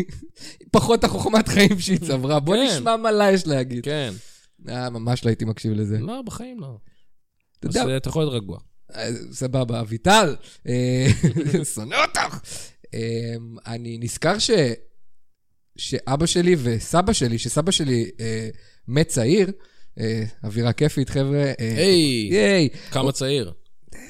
[SPEAKER 3] פחות החוכמת חיים שהיא צברה. בוא
[SPEAKER 2] כן.
[SPEAKER 3] נשמע מה לה יש להגיד.
[SPEAKER 2] כן.
[SPEAKER 3] אה, ממש לא הייתי מקשיב לזה.
[SPEAKER 2] לא, בחיים לא.
[SPEAKER 3] אתה
[SPEAKER 2] אז
[SPEAKER 3] יודע,
[SPEAKER 2] אה, אתה יכול להיות רגוע.
[SPEAKER 3] אה, סבבה, אביטל, אה, שונא אותך. אה, אני נזכר ש... שאבא שלי וסבא שלי, שסבא שלי אה, מת צעיר, אה, אווירה כיפית, חבר'ה. אה,
[SPEAKER 2] היי,
[SPEAKER 3] ייי,
[SPEAKER 2] כמה צעיר.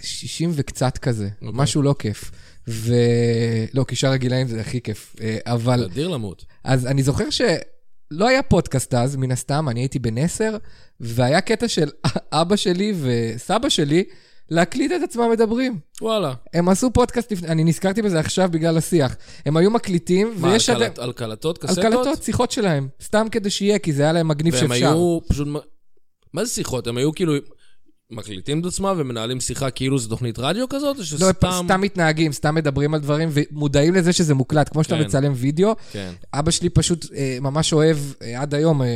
[SPEAKER 3] 60 וקצת כזה,
[SPEAKER 2] אוקיי.
[SPEAKER 3] משהו לא כיף. ולא, כי שאר הגילאים זה הכי כיף. אה, אבל
[SPEAKER 2] אדיר למות.
[SPEAKER 3] אז אני זוכר שלא היה פודקאסט אז, מן הסתם, אני הייתי בן עשר, והיה קטע של אבא שלי וסבא שלי להקליט את עצמם מדברים.
[SPEAKER 2] וואלה.
[SPEAKER 3] הם עשו פודקאסט לפני, אני נזכרתי בזה עכשיו בגלל השיח. הם היו מקליטים,
[SPEAKER 2] מה,
[SPEAKER 3] ויש...
[SPEAKER 2] על
[SPEAKER 3] עדיין-
[SPEAKER 2] קלט- על קלטות?
[SPEAKER 3] על
[SPEAKER 2] קסטות?
[SPEAKER 3] קלטות, שיחות שלהם, סתם כדי שיהיה, כי זה היה להם מגניב
[SPEAKER 2] והם
[SPEAKER 3] שאפשר.
[SPEAKER 2] היו פשוט... מה זה שיחות? הם היו כאילו מקליטים את עצמם ומנהלים שיחה כאילו זו תוכנית רדיו כזאת? או
[SPEAKER 3] לא,
[SPEAKER 2] שסתם...
[SPEAKER 3] סתם מתנהגים, סתם מדברים על דברים, ומודעים לזה שזה מוקלט, כמו שאתה
[SPEAKER 2] כן.
[SPEAKER 3] מצלם וידאו.
[SPEAKER 2] כן.
[SPEAKER 3] אבא שלי פשוט אה, ממש אוהב, אה, עד היום, אה, אה,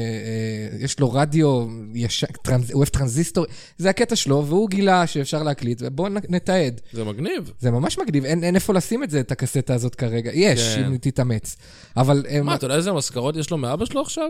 [SPEAKER 3] יש לו רדיו, יש... טרנז... הוא אוהב טרנזיסטור, זה הקטע שלו, והוא גילה שאפשר להקליט, ובואו נ- נתעד.
[SPEAKER 2] זה מגניב.
[SPEAKER 3] זה ממש מגניב, אין, אין איפה לשים את זה, את הקסטה הזאת כרגע. יש,
[SPEAKER 2] כן.
[SPEAKER 3] אם תתאמץ. אבל אה,
[SPEAKER 2] מה, אתה יודע איזה משכורות יש לו מאבא שלו עכשיו?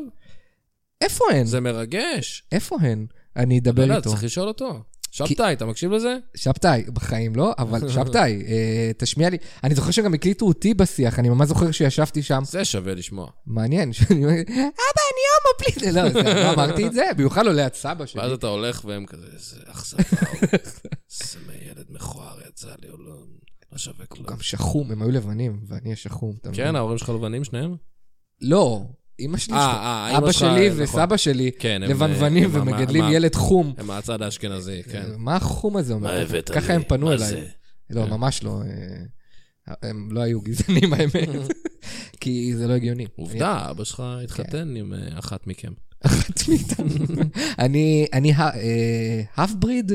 [SPEAKER 3] איפה הן?
[SPEAKER 2] זה מרגש.
[SPEAKER 3] איפה הן? אני
[SPEAKER 2] אתה
[SPEAKER 3] אדבר
[SPEAKER 2] יודע,
[SPEAKER 3] איתו.
[SPEAKER 2] צריך לשאול אותו. שבתאי, אתה מקשיב לזה?
[SPEAKER 3] שבתאי, בחיים לא, אבל שבתאי, אה, תשמיע לי. אני זוכר שגם הקליטו אותי בשיח, אני ממש זוכר שישבתי שם.
[SPEAKER 2] זה שווה לשמוע.
[SPEAKER 3] מעניין, שאני אומר, אבא, אני הומו פליט. לא, זה- לא אמרתי את זה, במיוחד לא ליד סבא שלי.
[SPEAKER 2] ואז אתה הולך והם כזה, איזה אכזבה. הוא- איזה ילד מכוער יצא לי, הוא לא... לא שווה כלום.
[SPEAKER 3] גם שחום, הם היו לבנים, ואני השחום. אתה מבין?
[SPEAKER 2] כן, ההורים שלך לבנים שניהם?
[SPEAKER 3] לא, אמא שלי,
[SPEAKER 2] אה,
[SPEAKER 3] שחום.
[SPEAKER 2] אה, אמא
[SPEAKER 3] אבא
[SPEAKER 2] שלך,
[SPEAKER 3] שלי
[SPEAKER 2] נכון.
[SPEAKER 3] וסבא שלי,
[SPEAKER 2] כן, הם-
[SPEAKER 3] לבנוונים
[SPEAKER 2] הם-
[SPEAKER 3] ומגדלים
[SPEAKER 2] הם-
[SPEAKER 3] ילד חום.
[SPEAKER 2] הם מהצד האשכנזי, כן.
[SPEAKER 3] מה החום הזה אומר?
[SPEAKER 2] מה הבאת לי?
[SPEAKER 3] ככה הם פנו
[SPEAKER 2] מה
[SPEAKER 3] אליי.
[SPEAKER 2] זה? כן.
[SPEAKER 3] לא, ממש לא. אה, הם לא היו גזענים, האמת. כי זה לא הגיוני.
[SPEAKER 2] עובדה, אבא שלך התחתן עם אה, אחת מכם.
[SPEAKER 3] אחת מאיתנו. אני, אני ה- אה, האף בריד?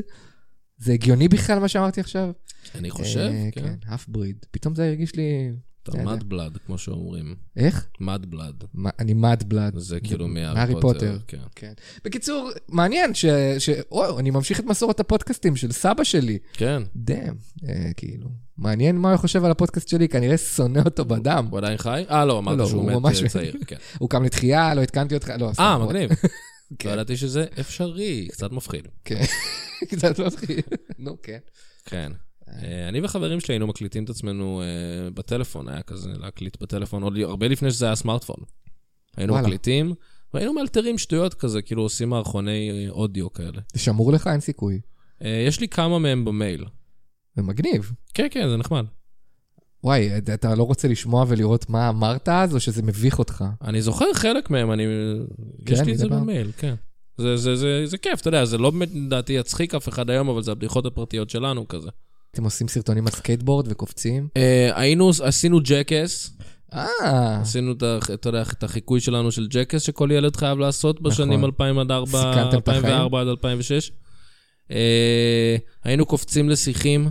[SPEAKER 3] זה הגיוני בכלל מה שאמרתי עכשיו?
[SPEAKER 2] אני חושב,
[SPEAKER 3] אה,
[SPEAKER 2] כן.
[SPEAKER 3] האף בריד. פתאום זה הרגיש לי...
[SPEAKER 2] אתה
[SPEAKER 3] אתה יודע.
[SPEAKER 2] מד בלאד, כמו שאומרים.
[SPEAKER 3] איך?
[SPEAKER 2] מד בלאד.
[SPEAKER 3] מה, אני מד בלאד.
[SPEAKER 2] זה כאילו מהארי
[SPEAKER 3] מהארי פוטר.
[SPEAKER 2] כן.
[SPEAKER 3] כן. בקיצור, מעניין ש... ש... או, אני ממשיך את מסורת הפודקאסטים של סבא שלי.
[SPEAKER 2] כן.
[SPEAKER 3] דאם, אה, כאילו. מעניין מה הוא חושב על הפודקאסט שלי, כנראה שונא אותו בדם.
[SPEAKER 2] הוא עדיין חי? אה, לא,
[SPEAKER 3] לא,
[SPEAKER 2] אמרת שהוא
[SPEAKER 3] הוא
[SPEAKER 2] מת
[SPEAKER 3] ממש-
[SPEAKER 2] אה, צעיר. כן.
[SPEAKER 3] הוא קם לתחייה, לא עדכנתי אותך, לא, סתם.
[SPEAKER 2] אה,
[SPEAKER 3] הוא-
[SPEAKER 2] מגניב.
[SPEAKER 3] כן.
[SPEAKER 2] לא ידעתי שזה אפשרי, קצת מפחיד.
[SPEAKER 3] כן. קצת מצחיק. נו, כן.
[SPEAKER 2] כן. אה, אני וחברים שלי היינו מקליטים את עצמנו אה, בטלפון, היה כזה להקליט בטלפון עוד הרבה לפני שזה היה סמארטפון. היינו
[SPEAKER 3] וואלה.
[SPEAKER 2] מקליטים, והיינו מאלתרים שטויות כזה, כאילו עושים מערכוני אה, אודיו כאלה.
[SPEAKER 3] זה שמור לך, אין סיכוי.
[SPEAKER 2] אה, יש לי כמה מהם במייל.
[SPEAKER 3] זה מגניב.
[SPEAKER 2] כן, כן, זה נחמד.
[SPEAKER 3] וואי, אתה- אתה לא רוצה לשמוע ולראות מה אמרת אז, או שזה מביך אותך?
[SPEAKER 2] אני זוכר חלק מהם, אני...
[SPEAKER 3] כן,
[SPEAKER 2] יש לי את
[SPEAKER 3] מדי
[SPEAKER 2] זה
[SPEAKER 3] פעם.
[SPEAKER 2] במייל, כן. זה, זה, זה, זה כיף, אתה יודע, זה לא באמת, לדעתי, יצחיק אף אחד היום, אבל זה הבדיחות הפרטיות שלנו כזה.
[SPEAKER 3] אתם עושים סרטונים על סקייטבורד וקופצים?
[SPEAKER 2] אה, היינו, עשינו ג'קס,
[SPEAKER 3] אה,
[SPEAKER 2] עשינו את, ה- אתה יודע, את החיקוי שלנו של ג'קס, שכל ילד חייב לעשות בשנים
[SPEAKER 3] נכון.
[SPEAKER 2] 2000 עד 4,
[SPEAKER 3] סיכנתם את החיים?
[SPEAKER 2] 2004 עד 2006. אה, היינו קופצים לשיחים,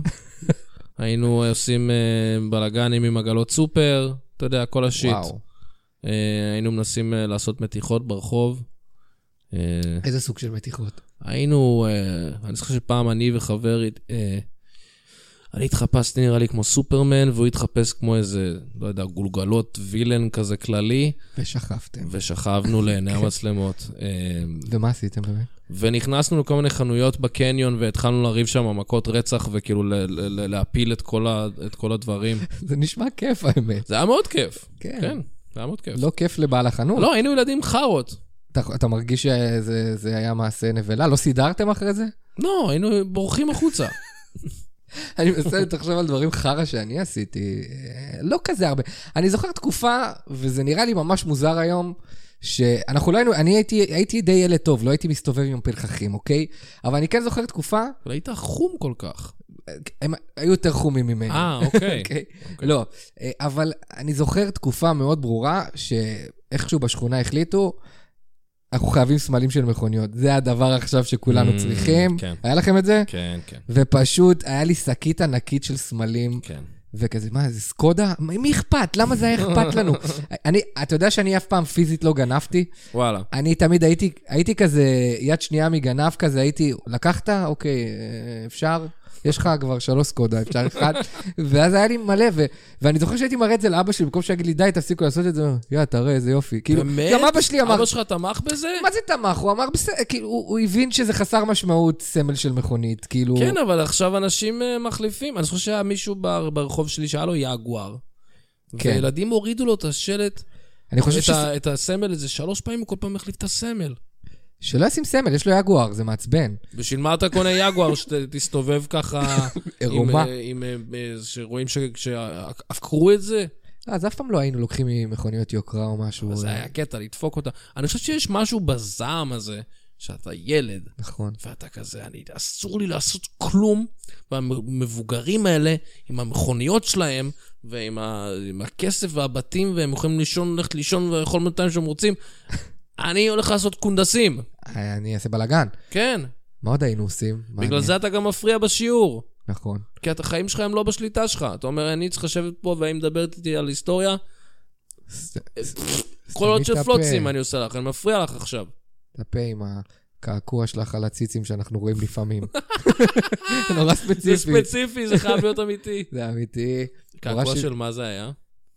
[SPEAKER 2] היינו עושים אה, בלאגנים עם עגלות סופר, אתה יודע, כל השיט.
[SPEAKER 3] וואו.
[SPEAKER 2] אה, היינו מנסים אה, לעשות מתיחות ברחוב. אה,
[SPEAKER 3] איזה סוג של מתיחות.
[SPEAKER 2] היינו, אה, אני זוכר שפעם אני וחבר, אה, אני התחפשתי נראה לי כמו סופרמן, והוא התחפש כמו איזה, לא יודע, גולגלות וילן כזה כללי,
[SPEAKER 3] ושכבתם.
[SPEAKER 2] ושכבנו לעיני
[SPEAKER 3] אוקיי.
[SPEAKER 2] המצלמות. אה,
[SPEAKER 3] ומה עשיתם באמת?
[SPEAKER 2] ונכנסנו לכל מיני חנויות בקניון, והתחלנו לריב שם מכות רצח, וכאילו ל- ל- ל- להפיל את כל ה- את כל הדברים.
[SPEAKER 3] זה נשמע כיף, האמת.
[SPEAKER 2] זה היה מאוד כיף.
[SPEAKER 3] כן.
[SPEAKER 2] כן, זה היה מאוד כיף.
[SPEAKER 3] לא כיף לבעל החנות.
[SPEAKER 2] לא, היינו ילדים חארות.
[SPEAKER 3] אתה, אתה מרגיש שזה זה היה מעשה נבלה? לא סידרתם אחרי זה?
[SPEAKER 2] לא, היינו בורחים החוצה.
[SPEAKER 3] אני מנסה לתחשב על דברים חרא שאני עשיתי. אה, לא כזה הרבה. אני זוכר תקופה, וזה נראה לי ממש מוזר היום, שאנחנו לא היינו, אני הייתי, הייתי די ילד טוב, לא הייתי מסתובב עם פלחחים, אוקיי? אבל אני כן זוכר תקופה,
[SPEAKER 2] אבל היית חום כל כך.
[SPEAKER 3] אה, הם היו יותר חומים ממני.
[SPEAKER 2] אה, אוקיי.
[SPEAKER 3] אוקיי?
[SPEAKER 2] אוקיי.
[SPEAKER 3] לא, אה, אבל אני זוכר תקופה מאוד ברורה, שאיכשהו בשכונה החליטו, אנחנו חייבים סמלים של מכוניות. זה הדבר עכשיו שכולנו
[SPEAKER 2] Mm,
[SPEAKER 3] צריכים.
[SPEAKER 2] כן.
[SPEAKER 3] היה לכם את זה?
[SPEAKER 2] כן, כן,
[SPEAKER 3] ופשוט היה לי שקית ענקית של סמלים,
[SPEAKER 2] כן.
[SPEAKER 3] וכזה, מה, זה סקודה? מ- מי אכפת? למה זה היה אכפת לנו? אני, אתה יודע שאני אף פעם פיזית לא גנבתי?
[SPEAKER 2] וואלה.
[SPEAKER 3] אני תמיד הייתי, הייתי כזה יד שנייה מגנב כזה, הייתי, לקחת? אוקיי, אה, אפשר? יש לך כבר שלוש סקודה, אפשר אחד. ואז היה לי מלא, ו- ואני זוכר שהייתי מראה את זה לאבא שלי, במקום שיגיד לי, די, תפסיקו לעשות את זה, הוא אומר, יא, תראה, איזה יופי. כאילו,
[SPEAKER 2] באמת?
[SPEAKER 3] גם אבא שלי אמר,
[SPEAKER 2] אבא שלך תמך בזה?
[SPEAKER 3] מה זה תמך? הוא אמר, בסדר, כאילו, הוא הוא הבין שזה חסר משמעות, סמל של מכונית, כאילו...
[SPEAKER 2] כן, אבל עכשיו אנשים אה, מחליפים. אני זוכר שהיה מישהו בר- ברחוב שלי שהיה לו יגואר.
[SPEAKER 3] כן.
[SPEAKER 2] וילדים הורידו לו את השלט,
[SPEAKER 3] אני חושב
[SPEAKER 2] את,
[SPEAKER 3] ש...
[SPEAKER 2] ה, את הסמל הזה, שלוש פעמים הוא כל פעם החליף את הסמל.
[SPEAKER 3] שלא ישים סמל, יש לו יגואר, זה מעצבן.
[SPEAKER 2] בשביל מה אתה קונה יגואר, שתסתובב ככה...
[SPEAKER 3] עירומה.
[SPEAKER 2] עם, אה, עם, אה, אה, שרואים ש- שעקרו את זה?
[SPEAKER 3] לא, אז אף פעם לא היינו לוקחים ממכוניות יוקרה או משהו.
[SPEAKER 2] זה
[SPEAKER 3] אה,
[SPEAKER 2] היה קטע, לדפוק אותה. אני חושב שיש משהו בזעם הזה, שאתה ילד,
[SPEAKER 3] נכון.
[SPEAKER 2] ואתה כזה, אני, אסור לי לעשות כלום, והמבוגרים האלה, עם המכוניות שלהם, ועם ה, עם הכסף והבתים, והם יכולים לישון, ללכת לישון וכל מיני שהם רוצים, אני הולך לעשות קונדסים.
[SPEAKER 3] אה, אני אעשה בלאגן.
[SPEAKER 2] כן,
[SPEAKER 3] מה עוד היינו עושים?
[SPEAKER 2] בגלל
[SPEAKER 3] מעניין.
[SPEAKER 2] זה אתה גם מפריע בשיעור.
[SPEAKER 3] נכון.
[SPEAKER 2] כי את- החיים שלך הם לא בשליטה שלך. אתה אומר, אני צריך לשבת פה והיא מדברת איתי על היסטוריה,
[SPEAKER 3] ס-
[SPEAKER 2] כל עוד
[SPEAKER 3] סתמי את
[SPEAKER 2] של פלוצים
[SPEAKER 3] הפה.
[SPEAKER 2] אני עושה לך, אני מפריע לך עכשיו.
[SPEAKER 3] את הפה עם הקעקוע שלך על הציצים שאנחנו רואים לפעמים. נורא
[SPEAKER 2] זה
[SPEAKER 3] ספציפי.
[SPEAKER 2] ספציפי, זה חייב להיות אמיתי.
[SPEAKER 3] זה אמיתי.
[SPEAKER 2] קעקוע
[SPEAKER 3] ש-
[SPEAKER 2] של מה זה היה?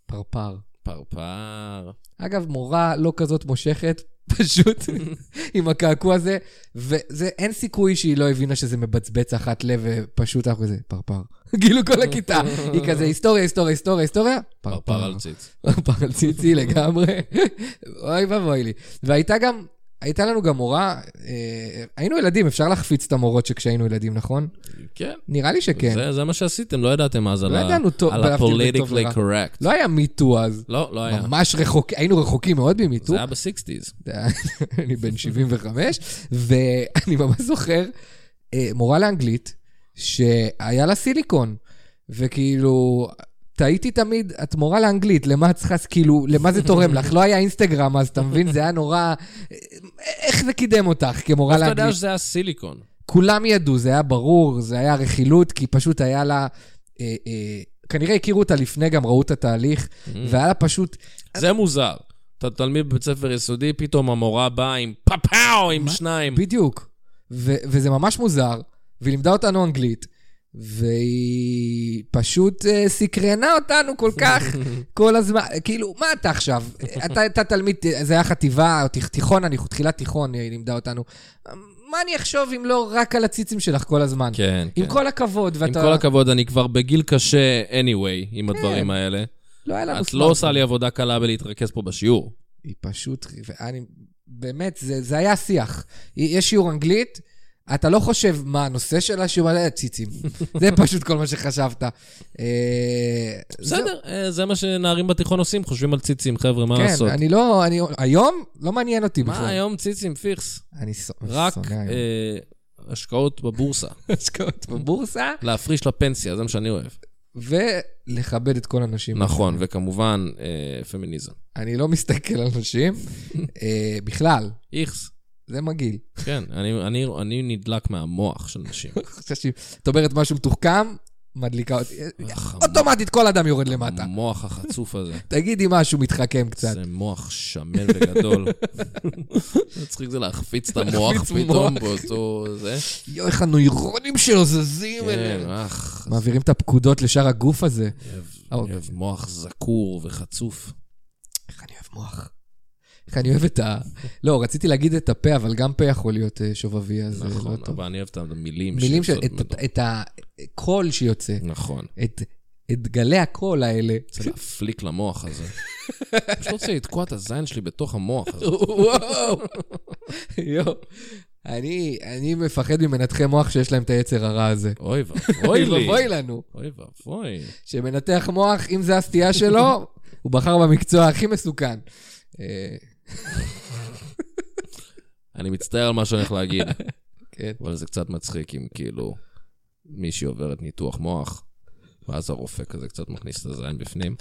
[SPEAKER 3] פרפר.
[SPEAKER 2] פרפר.
[SPEAKER 3] אגב, מורה לא כזאת מושכת, פשוט, עם הקעקוע הזה, וזה, אין סיכוי שהיא לא הבינה שזה מבצבץ אחת לב, ופשוט אנחנו כזה, פרפר. כאילו כל הכיתה, היא כזה, היסטוריה, היסטוריה, היסטוריה, היסטוריה,
[SPEAKER 2] פרפר על ציץ.
[SPEAKER 3] פרפר על ציצי לגמרי. אוי ואבוי לי. והייתה גם, הייתה לנו גם מורה, אה, היינו ילדים, אפשר להחפיץ את המורות שכשהיינו ילדים, נכון?
[SPEAKER 2] כן.
[SPEAKER 3] נראה לי שכן.
[SPEAKER 2] זה- זה מה שעשיתם, לא ידעתם אז על
[SPEAKER 3] לא
[SPEAKER 2] ה-
[SPEAKER 3] ידענו טוב,
[SPEAKER 2] על
[SPEAKER 3] להבדיל בין טוב
[SPEAKER 2] ה-politically
[SPEAKER 3] לרע.
[SPEAKER 2] correct.
[SPEAKER 3] לא היה מיטו אז.
[SPEAKER 2] לא, לא היה.
[SPEAKER 3] ממש רחוק, היינו רחוקים מאוד ממיטו.
[SPEAKER 2] זה היה ב-60's.
[SPEAKER 3] אני בן 75, ואני ממש זוכר אה, מורה לאנגלית שהיה לה סיליקון, וכאילו... תהיתי תמיד, את מורה לאנגלית, למה את צריכה, כאילו, למה זה תורם לך? לא היה אינסטגרם אז, אתה מבין? זה היה נורא... אה, איך זה קידם אותך כמורה
[SPEAKER 2] אתה יודע
[SPEAKER 3] לאנגלית?
[SPEAKER 2] שזה היה סיליקון.
[SPEAKER 3] כולם ידעו, זה היה ברור, זה היה רכילות, כי פשוט היה לה... אה, אה, כנראה הכירו אותה לפני, גם ראו את התהליך,
[SPEAKER 2] Mm.
[SPEAKER 3] והיה לה פשוט...
[SPEAKER 2] זה מוזר. אתה תלמיד בבית ספר יסודי, פתאום המורה באה עם פאפאו, עם שניים.
[SPEAKER 3] בדיוק. ו- וזה ממש מוזר, והיא לימדה אותנו אנגלית, והיא פשוט uh, סקרנה אותנו כל כך, כל הזמן. כאילו, מה אתה עכשיו? אתה, אתה תלמיד, זה היה חטיבה, או תיכ- תיכון, אני תחילת תיכון, היא לימדה אותנו. מה אני אחשוב אם לא רק על הציצים שלך כל הזמן?
[SPEAKER 2] כן,
[SPEAKER 3] עם
[SPEAKER 2] כן.
[SPEAKER 3] כל הכבוד,
[SPEAKER 2] עם
[SPEAKER 3] ואתה...
[SPEAKER 2] כל הכבוד, אני כבר בגיל קשה anyway עם הדברים האלה.
[SPEAKER 3] לא היה לנו
[SPEAKER 2] את
[SPEAKER 3] זמן.
[SPEAKER 2] לא עושה לי עבודה קלה בלהתרכז פה בשיעור.
[SPEAKER 3] היא פשוט... ואני... באמת, זה, זה היה שיח. יש שיעור אנגלית, אתה לא חושב מה הנושא של השיעור הזה, "אה, ציצים. זה פשוט כל מה שחשבת. אה, זהו.
[SPEAKER 2] בסדר, אה, זה מה שנערים בתיכון עושים, חושבים על ציצים, חבר'ה, מה לעשות?
[SPEAKER 3] כן, אני לא... אני, היום לא מעניין אותי בכלל.
[SPEAKER 2] מה היום ציצים, פיקס?
[SPEAKER 3] אני ש-
[SPEAKER 2] רק
[SPEAKER 3] שונא היום.
[SPEAKER 2] אה, השקעות בבורסה.
[SPEAKER 3] השקעות בבורסה,
[SPEAKER 2] להפריש לפנסיה, זה מה שאני אוהב.
[SPEAKER 3] ולכבד את כל הנשים.
[SPEAKER 2] נכון, וכמובן, אה, פמיניזם.
[SPEAKER 3] אני לא מסתכל על נשים, אה, בכלל,
[SPEAKER 2] איכס.
[SPEAKER 3] זה מגעיל.
[SPEAKER 2] כן, אני- אני- אני נדלק מהמוח של נשים.
[SPEAKER 3] חשבתי, את אומרת משהו מתוחכם, מדליקה אותי.
[SPEAKER 2] אך,
[SPEAKER 3] אוטומטית כל אדם יורד למטה.
[SPEAKER 2] המוח החצוף הזה.
[SPEAKER 3] תגידי משהו, מתחכם קצת.
[SPEAKER 2] זה מוח שמן וגדול. זה מצחיק זה להחפיץ את המוח
[SPEAKER 3] להחפיץ מוח.
[SPEAKER 2] פתאום באותו זה.
[SPEAKER 3] יואו, איך הנוירונים שלו זזים
[SPEAKER 2] כן,
[SPEAKER 3] אליהם.
[SPEAKER 2] אך,
[SPEAKER 3] מעבירים את הפקודות לשאר הגוף הזה.
[SPEAKER 2] אוהב-
[SPEAKER 3] אוקיי.
[SPEAKER 2] אוהב מוח זקור וחצוף.
[SPEAKER 3] איך אני אוהב מוח. איך אני אוהב את ה... לא, רציתי להגיד את הפה, אבל גם פה יכול להיות אה, שובבי, אז אה, לא
[SPEAKER 2] נכון,
[SPEAKER 3] טוב.
[SPEAKER 2] אבל אני אוהב את המילים.
[SPEAKER 3] מילים של...
[SPEAKER 2] שיוצאות
[SPEAKER 3] את-
[SPEAKER 2] ממנו.
[SPEAKER 3] את הקול שיוצא,
[SPEAKER 2] נכון.
[SPEAKER 3] את- את גלי הקול האלה.
[SPEAKER 2] רוצה להפליק למוח הזה. פשוט רוצה לתקוע את הזין שלי בתוך המוח הזה.
[SPEAKER 3] וואו, יואו. אני אני מפחד ממנתחי מוח שיש להם את היצר הרע הזה.
[SPEAKER 2] אוי ואבוי
[SPEAKER 3] אוי
[SPEAKER 2] לי.
[SPEAKER 3] לנו.
[SPEAKER 2] אוי ואבוי.
[SPEAKER 3] שמנתח מוח, אם זה הסטייה שלו, הוא בחר במקצוע הכי מסוכן. אה,
[SPEAKER 2] אני מצטער על מה שאני הולך להגיד,
[SPEAKER 3] כן.
[SPEAKER 2] אבל זה קצת מצחיק אם כאילו מישהי עוברת ניתוח מוח, ואז הרופא כזה קצת מכניס את הזין בפנים,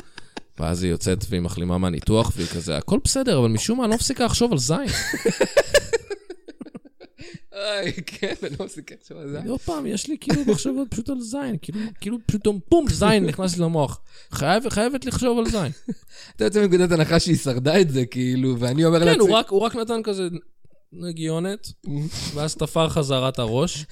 [SPEAKER 2] ואז היא יוצאת והיא מחלימה מהניתוח, והיא כזה, הכל בסדר, אבל משום מה אני לא מפסיקה לחשוב על זין.
[SPEAKER 3] אוי, כן, אני לא מפסיק לחשוב על זה.
[SPEAKER 2] עוד פעם, יש לי כאילו מחשבות פשוט על זין, כאילו, כאילו פתאום בום, זין נכנס לי למוח. חייב, חייבת לחשוב על זין.
[SPEAKER 3] אתה יוצא מנקודת הנחה שהיא שרדה את זה, כאילו, ואני אומר
[SPEAKER 2] כן,
[SPEAKER 3] לעצמי...
[SPEAKER 2] הוא רק, הוא רק נתן כזה נגיונת, ואז תפר חזרה את הראש,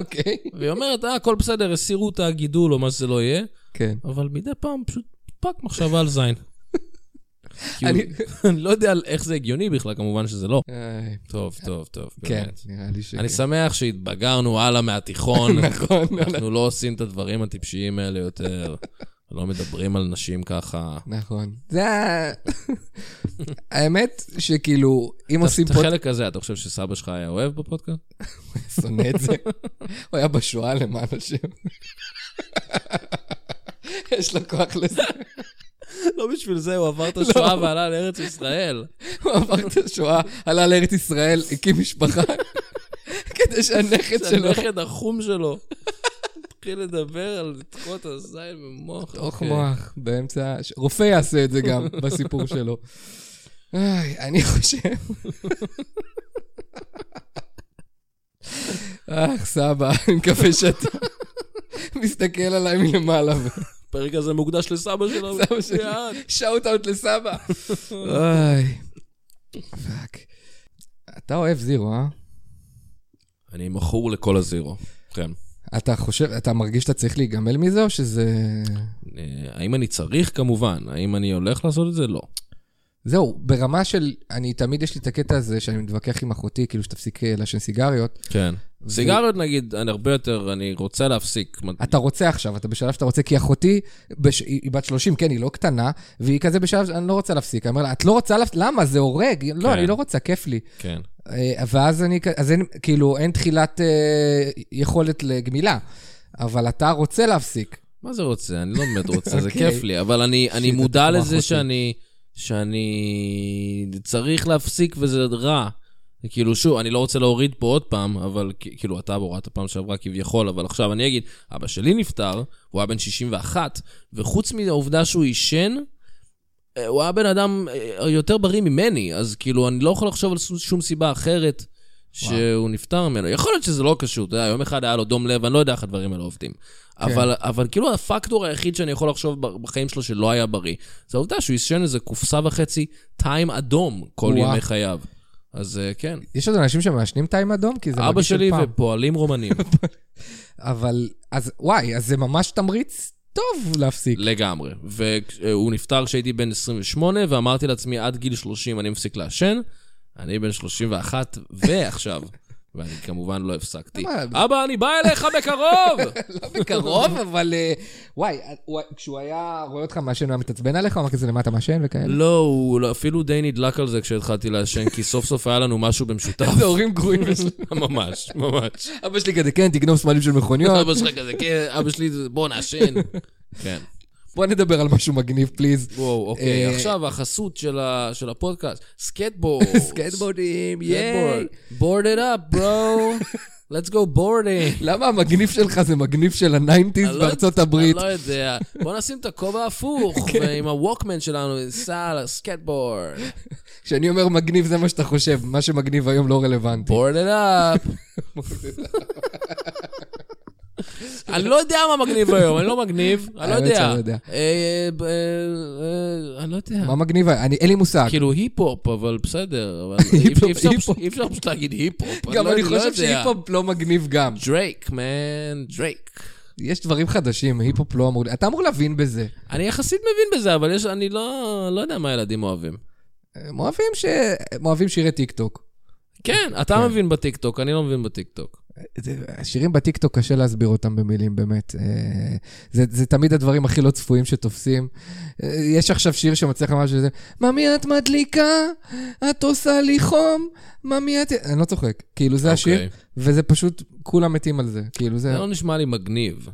[SPEAKER 3] אוקיי.
[SPEAKER 2] והיא אומרת, אה, הכל בסדר, הסירו את הגידול או מה שזה לא יהיה,
[SPEAKER 3] כן.
[SPEAKER 2] אבל מדי פעם פשוט פאק מחשבה על זין. כאילו,
[SPEAKER 3] אני-
[SPEAKER 2] אני לא יודע על איך זה הגיוני בכלל, כמובן שזה לא.
[SPEAKER 3] איי,
[SPEAKER 2] טוב, טוב, טוב,
[SPEAKER 3] כן,
[SPEAKER 2] באמת. אוקיי.
[SPEAKER 3] נראה לי ש...
[SPEAKER 2] אני שמח שהתבגרנו הלאה מהתיכון.
[SPEAKER 3] נכון.
[SPEAKER 2] אנחנו לא עושים את הדברים הטיפשיים האלה יותר. לא מדברים על נשים ככה.
[SPEAKER 3] נכון. זה ה... האמת שכאילו, אם עושים
[SPEAKER 2] את
[SPEAKER 3] פה...
[SPEAKER 2] החלק הזה, אתה חושב שסבא שלך היה אוהב בפודקאסט?
[SPEAKER 3] שונא את זה. הוא היה בשואה למען השם. יש לו כוח לזה.
[SPEAKER 2] לא בשביל זה, הוא עבר את השואה ועלה לארץ ישראל.
[SPEAKER 3] הוא עבר את השואה, עלה לארץ ישראל, הקים משפחה, כדי שהנכד
[SPEAKER 2] זה
[SPEAKER 3] שלו...
[SPEAKER 2] הנכד החום שלו. התחיל לדבר על לתקוע את הזין במוח.
[SPEAKER 3] תוך
[SPEAKER 2] אוקיי.
[SPEAKER 3] מוח, באמצע... הש- רופא יעשה את זה גם, בסיפור שלו. איי, אני חושב... אך, סבא, אני מקווה שאתה מסתכל עליי מלמעלה.
[SPEAKER 2] הפרק הזה מוקדש לסבא שלו.
[SPEAKER 3] סבא שלי.
[SPEAKER 2] יעד.
[SPEAKER 3] שאוט אאוט לסבא. איי. פאק. אתה אוהב זירו, אה?
[SPEAKER 2] אני מכור לכל הזירו. כן.
[SPEAKER 3] אתה חושב, אתה מרגיש שאתה צריך להיגמל מזה, או שזה...
[SPEAKER 2] אה, האם אני צריך? כמובן. האם אני הולך לעשות את זה? לא.
[SPEAKER 3] זהו, ברמה של... אני, תמיד יש לי את הקטע הזה שאני מתווכח עם אחותי, כאילו שתפסיק אה, לעשן סיגריות.
[SPEAKER 2] כן. סיגריות, נגיד, אני הרבה יותר, אני רוצה להפסיק.
[SPEAKER 3] אתה רוצה עכשיו, אתה בשלב שאתה רוצה, כי אחותי, בש... היא היא בת 30, כן, היא לא קטנה, והיא כזה בשלב, ש- אני לא רוצה להפסיק. אני אומר לה, את לא רוצה להפסיק? למה? זה הורג. היא, לא,
[SPEAKER 2] כן.
[SPEAKER 3] אני לא רוצה, כיף לי.
[SPEAKER 2] כן.
[SPEAKER 3] אה, ואז אני, כ- אז אין, כאילו, אין תחילת אה, יכולת לגמילה, אבל אתה רוצה להפסיק.
[SPEAKER 2] מה זה רוצה? אני לא באמת רוצה, זה
[SPEAKER 3] אוקיי.
[SPEAKER 2] כיף לי, אבל אני, אני
[SPEAKER 3] שיט, אתה
[SPEAKER 2] מודע
[SPEAKER 3] כמו
[SPEAKER 2] לזה
[SPEAKER 3] אחותי.
[SPEAKER 2] שאני, שאני צריך להפסיק וזה רע. כאילו, שוב, אני לא רוצה להוריד פה עוד פעם, אבל כ- כאילו, אתה הורדת פעם שעברה כביכול, אבל עכשיו אני אגיד, אבא שלי נפטר, הוא היה בן 61, וחוץ מהעובדה שהוא עישן, אה, הוא היה בן אדם אה, יותר בריא ממני, אז כאילו, אני לא יכול לחשוב על ש- שום סיבה אחרת שהוא נפטר ממנו. יכול להיות שזה לא קשור, אתה יודע, יום אחד היה לו דום לב, אני לא יודע איך הדברים האלה עובדים.
[SPEAKER 3] כן.
[SPEAKER 2] אבל, אבל כאילו הפקטור היחיד שאני יכול לחשוב ב- בחיים שלו שלא היה בריא, זה העובדה שהוא עישן איזה קופסה וחצי טיים אדום כל
[SPEAKER 3] וואו.
[SPEAKER 2] ימי חייו. אז אה, כן.
[SPEAKER 3] יש עוד אנשים שמעשנים טיים אדום? כי זה
[SPEAKER 2] אבא
[SPEAKER 3] מרגיש של
[SPEAKER 2] שלי
[SPEAKER 3] פעם.
[SPEAKER 2] ופועלים רומנים,
[SPEAKER 3] אבל, אז וואי, אז זה ממש תמריץ טוב להפסיק.
[SPEAKER 2] לגמרי. והוא נפטר כשהייתי בן 28, ואמרתי לעצמי, עד גיל 30 אני מפסיק לעשן. אני בן 31 ועכשיו, ואני כמובן לא הפסקתי.
[SPEAKER 3] למה?
[SPEAKER 2] אבא, אני בא אליך בקרוב!
[SPEAKER 3] לא בקרוב, אבל אה, וואי, אה, הוא- כשהוא היה רואה אותך מעשן, הוא היה מתעצבן עליך, הוא אמר כזה, למה אתה מעשן וכאלה?
[SPEAKER 2] לא, הוא לא- אפילו די נדלק על זה כשהתחלתי לעשן, כי סוף סוף היה לנו משהו במשותף.
[SPEAKER 3] זה הורים גרועים.
[SPEAKER 2] ממש, ממש.
[SPEAKER 3] אבא שלי כזה, כן, תגנוב סמלים של מכוניות,
[SPEAKER 2] אבא שלך כזה, כן, אבא שלי, בוא נעשן. כן.
[SPEAKER 3] בוא נדבר על משהו מגניב, פליז.
[SPEAKER 2] וואו, אוקיי,
[SPEAKER 3] אה,
[SPEAKER 2] עכשיו החסות של ה- של הפודקאסט, סקטבורד.
[SPEAKER 3] סקייטבורדים, ייי.
[SPEAKER 2] board it up, bro. Let's go boarding.
[SPEAKER 3] למה המגניב שלך זה מגניב של הניינטיז
[SPEAKER 2] אני לא-
[SPEAKER 3] בארצות הברית? אוקיי.
[SPEAKER 2] אני לא יודע. בוא נשים את הכובע ההפוך, ועם הווקמן שלנו ניסע על הסקטבורד.
[SPEAKER 3] כשאני אומר מגניב זה מה שאתה חושב, מה שמגניב היום לא רלוונטי.
[SPEAKER 2] board it up. אני לא יודע מה מגניב היום, אני לא מגניב, אני לא
[SPEAKER 3] האמת שאני
[SPEAKER 2] יודע.
[SPEAKER 3] לא יודע.
[SPEAKER 2] אה, אה, אה, אני לא יודע.
[SPEAKER 3] מה מגניב? היה? אני, אין לי מושג.
[SPEAKER 2] כאילו היפ-הופ, אבל בסדר, אבל אי
[SPEAKER 3] היפ-הופ,
[SPEAKER 2] אפשר- אי אפשר
[SPEAKER 3] היפ-הופ.
[SPEAKER 2] פשוט- אי אפשר פשוט להגיד היפ-הופ.
[SPEAKER 3] גם
[SPEAKER 2] לא-
[SPEAKER 3] אני
[SPEAKER 2] לא
[SPEAKER 3] חושב
[SPEAKER 2] יודע.
[SPEAKER 3] שהיפ-הופ לא מגניב גם.
[SPEAKER 2] דרייק, מן, דרייק.
[SPEAKER 3] יש דברים חדשים, היפ-הופ לא אמור... אתה אמור להבין בזה.
[SPEAKER 2] אני יחסית מבין בזה, אבל יש, אני לא, לא יודע מה ילדים אוהבים.
[SPEAKER 3] הם אוהבים, ש... הם אוהבים שירי טיקטוק.
[SPEAKER 2] כן, אתה מבין בטיקטוק, אני לא מבין בטיקטוק.
[SPEAKER 3] זה- השירים בטיקטוק קשה להסביר אותם במילים, באמת. אה, זה, זה תמיד הדברים הכי לא צפויים שתופסים. אה, יש עכשיו שיר שמצליח ממש לזה, ממי את מדליקה, את עושה לי חום, ממי את... אני לא צוחק. כאילו זה השיר,
[SPEAKER 2] אוקיי.
[SPEAKER 3] וזה פשוט, כולם מתים על זה. כאילו זה...
[SPEAKER 2] זה לא נשמע לי מגניב.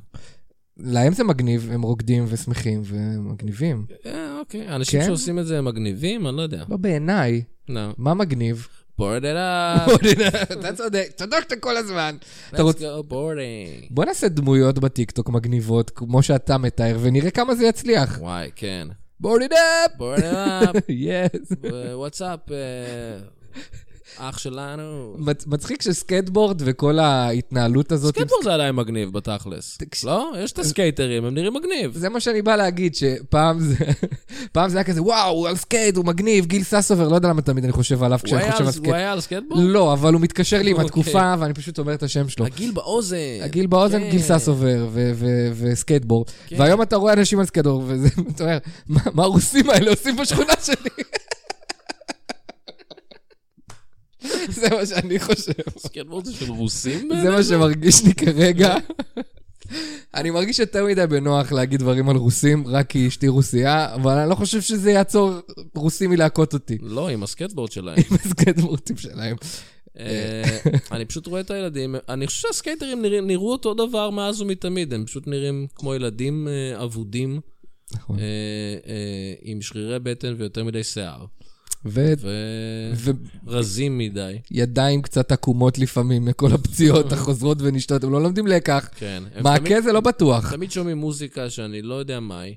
[SPEAKER 3] להם זה מגניב, הם רוקדים ושמחים ומגניבים.
[SPEAKER 2] אה, אוקיי, אנשים
[SPEAKER 3] כן?
[SPEAKER 2] שעושים את זה הם מגניבים? אני לא יודע.
[SPEAKER 3] לא בעיניי,
[SPEAKER 2] לא.
[SPEAKER 3] מה מגניב?
[SPEAKER 2] board it up,
[SPEAKER 3] אתה צודק, צדקת כל הזמן. אתה
[SPEAKER 2] let's
[SPEAKER 3] רוצ-
[SPEAKER 2] go boarding.
[SPEAKER 3] בוא נעשה דמויות בטיקטוק מגניבות, כמו שאתה מתאר, ונראה כמה זה יצליח.
[SPEAKER 2] וואי, כן.
[SPEAKER 3] בואו נדאפ!
[SPEAKER 2] board it Uh, up,
[SPEAKER 3] יס.
[SPEAKER 2] what's up, אה, אח שלנו.
[SPEAKER 3] מצ- מצחיק שסקייטבורד וכל ההתנהלות הזאת... עם
[SPEAKER 2] סקייטבורד זה עדיין מגניב בתכלס.
[SPEAKER 3] תקש-
[SPEAKER 2] לא? יש את הסקייטרים, הם נראים מגניב.
[SPEAKER 3] זה מה שאני בא להגיד, שפעם זה, פעם זה היה כזה, וואו, הוא על סקייט, הוא מגניב, גיל ססובר, לא יודע למה תמיד אני חושב עליו
[SPEAKER 2] הוא
[SPEAKER 3] כשאני
[SPEAKER 2] היה
[SPEAKER 3] חושב
[SPEAKER 2] על-
[SPEAKER 3] על
[SPEAKER 2] הוא
[SPEAKER 3] סקייט.
[SPEAKER 2] היה על סקייטבורד?
[SPEAKER 3] לא, אבל הוא מתקשר לי עם
[SPEAKER 2] אוקיי.
[SPEAKER 3] התקופה, ואני פשוט אומר את השם שלו.
[SPEAKER 2] הגיל באוזן.
[SPEAKER 3] לא. הגיל באוזן,
[SPEAKER 2] כן.
[SPEAKER 3] גיל ססובר ו- ו- וסקייטבורד.
[SPEAKER 2] כן.
[SPEAKER 3] והיום אתה רואה אנשים על סקייטבורד, וזה, אתה אומר, "מה- מה הרוסים האלה עושים בשכונה שלי? זה מה שאני חושב.
[SPEAKER 2] סקייטבורד זה של רוסים?
[SPEAKER 3] זה מה שמרגיש לי כרגע. אני מרגיש יותר מדי בנוח להגיד דברים על רוסים, רק כי אשתי רוסייה, אבל אני לא חושב שזה יעצור רוסים מלהכות אותי.
[SPEAKER 2] לא, עם הסקייטבורד שלהם.
[SPEAKER 3] עם הסקייטבורטים שלהם.
[SPEAKER 2] אה, אני פשוט רואה את הילדים, אני חושב שהסקייטרים נראים- נראו אותו דבר מאז ומתמיד, הם פשוט נראים כמו ילדים אה, אבודים,
[SPEAKER 3] נכון.
[SPEAKER 2] אה, אה, עם שרירי בטן ויותר מדי שיער,
[SPEAKER 3] ו-
[SPEAKER 2] ורזים מדי.
[SPEAKER 3] וידיים קצת עקומות לפעמים מכל הפציעות החוזרות ונשתות, הם לא לומדים לקח.
[SPEAKER 2] כן. הם
[SPEAKER 3] מעקה זה לא בטוח.
[SPEAKER 2] תמיד שומעים מוזיקה שאני לא יודע מהי,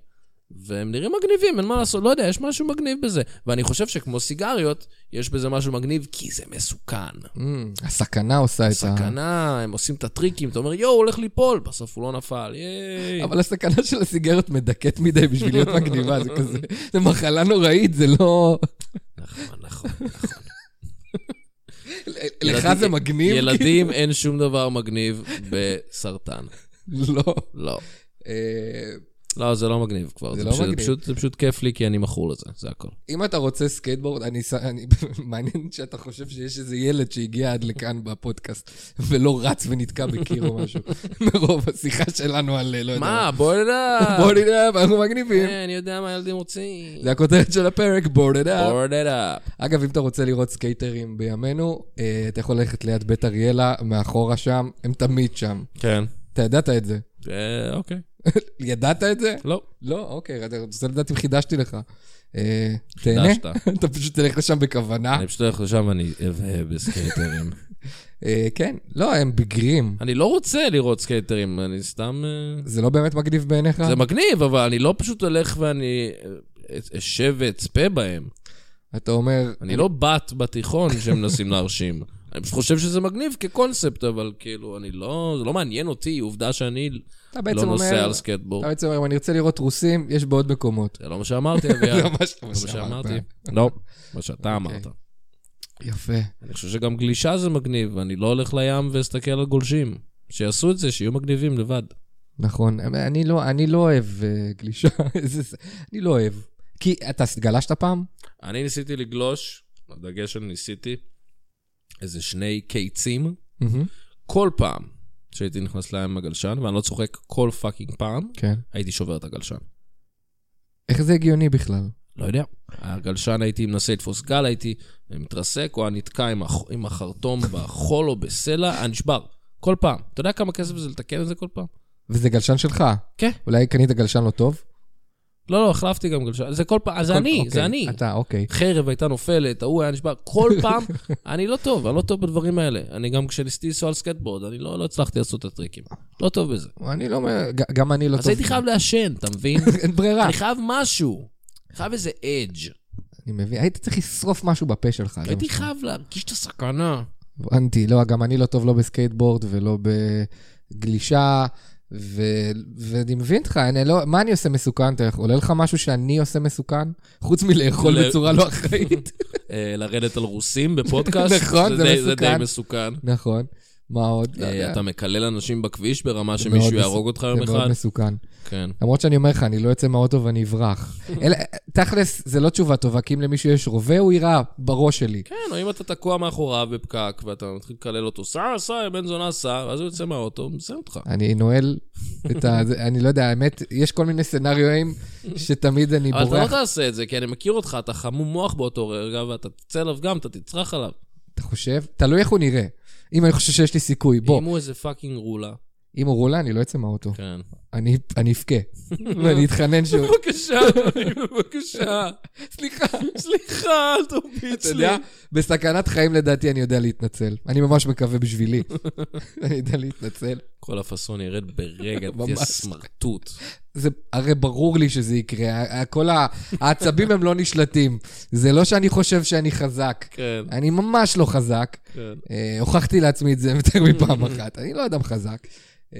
[SPEAKER 2] והם נראים מגניבים, אין מה לעשות, לא יודע, יש משהו מגניב בזה. ואני חושב שכמו סיגריות, יש בזה משהו מגניב, כי זה מסוכן.
[SPEAKER 3] Mm, הסכנה עושה את ה...
[SPEAKER 2] סכנה, הם עושים את הטריקים, אתה אומר, יואו, הוא הולך ליפול, בסוף הוא לא נפל, ייי.
[SPEAKER 3] אבל הסכנה של הסיגרת מדכאת מדי בשביל להיות מגניבה, זה כזה, זה מחלה נוראית, זה לא...
[SPEAKER 2] נכון, נכון.
[SPEAKER 3] לך
[SPEAKER 2] ילדים-
[SPEAKER 3] זה מגניב? כאילו?
[SPEAKER 2] ילדים אין שום דבר מגניב בסרטן.
[SPEAKER 3] לא.
[SPEAKER 2] לא.
[SPEAKER 3] אה,
[SPEAKER 2] לא, זה לא מגניב כבר.
[SPEAKER 3] זה
[SPEAKER 2] זה
[SPEAKER 3] לא
[SPEAKER 2] פשוט- זה
[SPEAKER 3] מגניב. לא
[SPEAKER 2] פשוט- זה פשוט כיף לי, כי אני מכור לזה, זה הכל.
[SPEAKER 3] אם אתה רוצה סקייטבורד, אני, ס- אני מעניין שאתה חושב שיש איזה ילד שהגיע עד לכאן בפודקאסט, ולא רץ ונתקע בקיר או משהו, מרוב השיחה שלנו על אה, לא יודע.
[SPEAKER 2] מה, בוא נדע.
[SPEAKER 3] בוא נראה, אנחנו מגניבים.
[SPEAKER 2] אה, אני יודע מה הילדים רוצים.
[SPEAKER 3] זה הכותרת של הפרק, board it up.
[SPEAKER 2] בוא נדע.
[SPEAKER 3] אגב, אם אתה רוצה לראות סקייטרים בימינו, אה, אתה יכול ללכת ליד בית אריאלה, מאחורה שם, הם תמיד שם.
[SPEAKER 2] כן.
[SPEAKER 3] אתה ידעת את זה.
[SPEAKER 2] אה, אוקיי.
[SPEAKER 3] ידעת את זה?
[SPEAKER 2] לא.
[SPEAKER 3] לא, אוקיי, אתה רוצה לדעת אם חידשתי לך. אה, תהנה. אתה פשוט תלך לשם בכוונה.
[SPEAKER 2] אני פשוט הולך לשם ואני אבהה בסקייטרים.
[SPEAKER 3] אה, כן, לא, הם בגרים.
[SPEAKER 2] אני לא רוצה לראות סקייטרים, אני סתם... אה,
[SPEAKER 3] זה לא באמת מגניב בעיניך?
[SPEAKER 2] זה מגניב, אבל אני לא פשוט הולך ואני אה, אשב ואצפה בהם.
[SPEAKER 3] אתה אומר,
[SPEAKER 2] אני לא בת בתיכון שמנסים להרשים. אני פשוט חושב שזה מגניב כקונספט, אבל כאילו, אני לא... זה לא מעניין אותי, עובדה שאני
[SPEAKER 3] אתה
[SPEAKER 2] לא
[SPEAKER 3] בעצם
[SPEAKER 2] נוסע
[SPEAKER 3] אומר, אה,
[SPEAKER 2] על
[SPEAKER 3] אתה
[SPEAKER 2] סקייטבורד.
[SPEAKER 3] בעצם אומר, אם אני ארצה לראות רוסים, יש בעוד מקומות.
[SPEAKER 2] זה לא מה שאמרתי, אביעד. זה
[SPEAKER 3] ממש לא אוקיי.
[SPEAKER 2] מה שאמרתי. לא, מה שאתה אמרת.
[SPEAKER 3] יפה.
[SPEAKER 2] אני חושב שגם גלישה זה מגניב, אני לא הולך לים ואסתכל על גולשים. שיעשו את זה, שיהיו מגניבים לבד.
[SPEAKER 3] נכון. אבל אני לא, אני לא אוהב אה, גלישה. איזה ס- אני לא אוהב. כי אתה גלשת פעם?
[SPEAKER 2] אני ניסיתי לגלוש, הדגש על ניסיתי, איזה שני קיצים,
[SPEAKER 3] מהמם.
[SPEAKER 2] כל פעם שהייתי נכנס לים עם הגלשן, ואני לא צוחק כל פאקינג פעם,
[SPEAKER 3] כן.
[SPEAKER 2] הייתי שובר את הגלשן.
[SPEAKER 3] איך זה הגיוני בכלל?
[SPEAKER 2] לא יודע. הגלשן הייתי מנסה לתפוס גל, הייתי מתרסק, או היה נתקע עם, הח... עם החרטום בחול או בסלע, היה נשבר. כל פעם. אתה יודע כמה כסף זה לתקן את זה כל פעם?
[SPEAKER 3] וזה גלשן שלך.
[SPEAKER 2] כן.
[SPEAKER 3] אולי קנית גלשן לא טוב?
[SPEAKER 2] לא, לא, החלפתי גם גלשן. זה כל פעם, זה
[SPEAKER 3] כל-
[SPEAKER 2] אני,
[SPEAKER 3] אוקיי,
[SPEAKER 2] זה אני.
[SPEAKER 3] אתה, אוקיי.
[SPEAKER 2] חרב הייתה נופלת, ההוא היה נשבר, כל פעם, אני לא טוב, אני לא טוב בדברים האלה. אני גם כשניסיתי לנסוע על סקטבורד, אני לא, לא הצלחתי לעשות את הטריקים. לא טוב בזה.
[SPEAKER 3] אני לא... אומר- ג- גם אני לא טוב. אה.
[SPEAKER 2] אז הייתי חייב לעשן, אתה מבין?
[SPEAKER 3] אין ברירה.
[SPEAKER 2] אני חייב משהו. חייב איזה אדג'.
[SPEAKER 3] אני מבין. היית צריך לשרוף משהו בפה שלך. זה מה
[SPEAKER 2] הייתי חייב להרגיש את הסכנה.
[SPEAKER 3] הבנתי, לא, גם אני לא טוב לא בסקייטבורד ולא בגלישה, ו... ואני מבין אותך, אני לא... מה אני עושה מסוכן? אתה עולה לך משהו שאני עושה מסוכן? חוץ מלאכול
[SPEAKER 2] ל-
[SPEAKER 3] בצורה לא אחראית.
[SPEAKER 2] אה, לרדת על רוסים בפודקאסט,
[SPEAKER 3] נכון, זה
[SPEAKER 2] די- זה
[SPEAKER 3] מסוכן.
[SPEAKER 2] די מסוכן.
[SPEAKER 3] נכון, מה עוד? לא
[SPEAKER 2] אה,
[SPEAKER 3] יודע.
[SPEAKER 2] אתה מקלל אנשים בכביש ברמה
[SPEAKER 3] מאוד
[SPEAKER 2] שמישהו
[SPEAKER 3] מסוכן.
[SPEAKER 2] יהרוג אותך יום
[SPEAKER 3] זה
[SPEAKER 2] אחד.
[SPEAKER 3] מאוד מסוכן.
[SPEAKER 2] כן.
[SPEAKER 3] למרות שאני אומר לך, אני לא אצא מהאוטו ואני אברח. אלא, תכלס, זה לא תשובה טובה, כי אם למישהו יש רובה, הוא יירה בראש שלי.
[SPEAKER 2] כן, או אם אתה תקוע מאחוריו בפקק, ואתה מתחיל לקלל אותו, סע, סע, יא בן זונה, סע, ואז הוא יוצא מהאוטו, מסיים אותך.
[SPEAKER 3] אני נועל את ה... זה- אני לא יודע, האמת, יש כל מיני סצנריואים שתמיד אני
[SPEAKER 2] אבל אתה לא
[SPEAKER 3] בורח.
[SPEAKER 2] תעשה את זה, כי אני מכיר אותך, אתה חמום מוח באותו רגע, ואתה תצא עליו גם, אתה תצרח עליו.
[SPEAKER 3] אתה חושב? תלוי איך הוא נראה. אם אני חושב שיש לי סיכוי, בוא,
[SPEAKER 2] אם הוא איזה פאקינג רולה.
[SPEAKER 3] אם הוא רולה, אני לא אצא מהאוטו.
[SPEAKER 2] כן.
[SPEAKER 3] אני אני אבכה. ואני אתחנן שוב.
[SPEAKER 2] בבקשה, אלוהים, בבקשה.
[SPEAKER 3] סליחה.
[SPEAKER 2] סליחה, אל תרביץ
[SPEAKER 3] אתה
[SPEAKER 2] לי.
[SPEAKER 3] יודע, בסכנת חיים לדעתי אני יודע להתנצל. אני ממש מקווה בשבילי. אני יודע להתנצל.
[SPEAKER 2] כל הפאסון ירד ברגע, תהיה
[SPEAKER 3] ממש.
[SPEAKER 2] סמרטוט.
[SPEAKER 3] זה הרי ברור לי שזה יקרה, ה- ה- כל ה- העצבים הם לא נשלטים. זה לא שאני חושב שאני חזק.
[SPEAKER 2] כן,
[SPEAKER 3] אני ממש לא חזק.
[SPEAKER 2] כן.
[SPEAKER 3] אה, הוכחתי לעצמי את זה יותר מפעם אחת. אני לא אדם חזק. אה,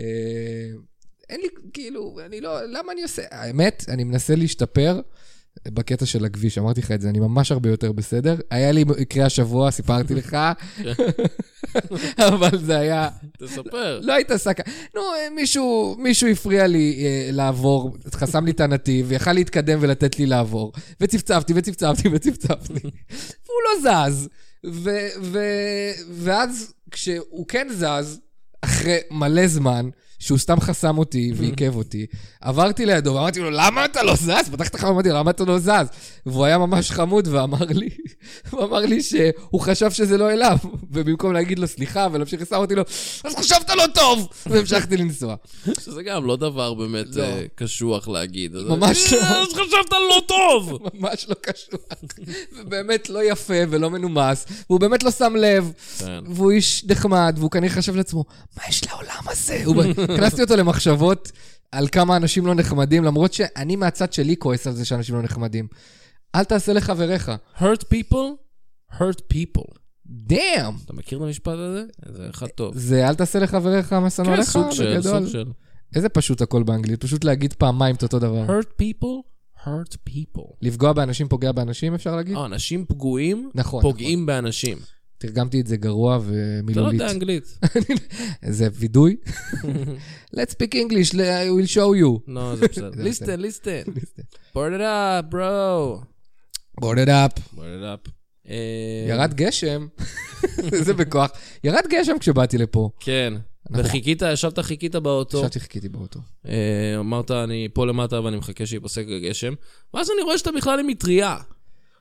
[SPEAKER 3] אין לי, כאילו, אני לא, למה אני עושה... האמת, אני מנסה להשתפר בקטע של הכביש, אמרתי לך את זה, אני ממש הרבה יותר בסדר. היה לי מקרה השבוע, סיפרתי לך, אבל זה היה...
[SPEAKER 2] תספר.
[SPEAKER 3] לא הייתה סכנה. נו, אה, מישהו, מישהו הפריע לי אה, לעבור, חסם לי את הנתיב, ויכל להתקדם ולתת לי לעבור. וצפצפתי וצפצפתי וצפצפתי. והוא לא זז. ו- ו- ואז כשהוא כן זז, אחרי מלא זמן, שהוא סתם חסם אותי ועיכב אותי, עברתי לידו ואמרתי לו, למה אתה לא זז? פתחתי לך ואמרתי לו, למה אתה לא זז? והוא היה ממש חמוד ואמר לי, הוא אמר לי שהוא חשב שזה לא אליו, ובמקום להגיד לו סליחה ולהמשיך לסער אותי לו, אז חשבת לא טוב! והמשכתי לנסוע.
[SPEAKER 2] שזה גם לא דבר באמת
[SPEAKER 3] לא.
[SPEAKER 2] אה, קשוח להגיד. אז-
[SPEAKER 3] ממש לא.
[SPEAKER 2] אז חשבת לא טוב!
[SPEAKER 3] ממש לא קשוח, ובאמת לא יפה ולא מנומס, והוא באמת לא שם לב,
[SPEAKER 2] כן.
[SPEAKER 3] והוא איש נחמד, והוא כנראה חשב לעצמו, מה יש לעולם הזה? הוא- הכנסתי אותו למחשבות על כמה אנשים לא נחמדים, למרות שאני מהצד שלי כועס על זה שאנשים לא נחמדים. אל תעשה לחבריך.
[SPEAKER 2] hurt people, hurt people.
[SPEAKER 3] דאם!
[SPEAKER 2] אתה מכיר את המשפט הזה? זה אחד טוב.
[SPEAKER 3] זה אל תעשה לחבריך מה שנוא
[SPEAKER 2] כן,
[SPEAKER 3] לך,
[SPEAKER 2] סוג של,
[SPEAKER 3] בגדול.
[SPEAKER 2] סוג של.
[SPEAKER 3] איזה פשוט הכל באנגלית, פשוט להגיד פעמיים את אותו דבר.
[SPEAKER 2] hurt people, hurt people.
[SPEAKER 3] לפגוע באנשים פוגע באנשים, אפשר להגיד?
[SPEAKER 2] אה, אנשים פגועים,
[SPEAKER 3] Mm. נכון,
[SPEAKER 2] פוגעים באנשים.
[SPEAKER 3] תרגמתי את זה גרוע
[SPEAKER 2] אתה לא
[SPEAKER 3] ומילולית.
[SPEAKER 2] יודע אנגלית.
[SPEAKER 3] זה וידוי. Let's speak English, I will show you.
[SPEAKER 2] לא, זה בסדר. listen, listen. board it up, bro.
[SPEAKER 3] board it up.
[SPEAKER 2] board it up. אה,
[SPEAKER 3] ירד גשם, זה בכוח. ירד גשם כשבאתי לפה.
[SPEAKER 2] כן.
[SPEAKER 3] נכון.
[SPEAKER 2] וחיכית, ישבת, חיכית באוטו.
[SPEAKER 3] עכשיו תחכיתי באוטו.
[SPEAKER 2] אה, אמרת, אני פה למטה ואני מחכה שייפסק הגשם, ואז אני רואה שאתה בכלל עם מטריה.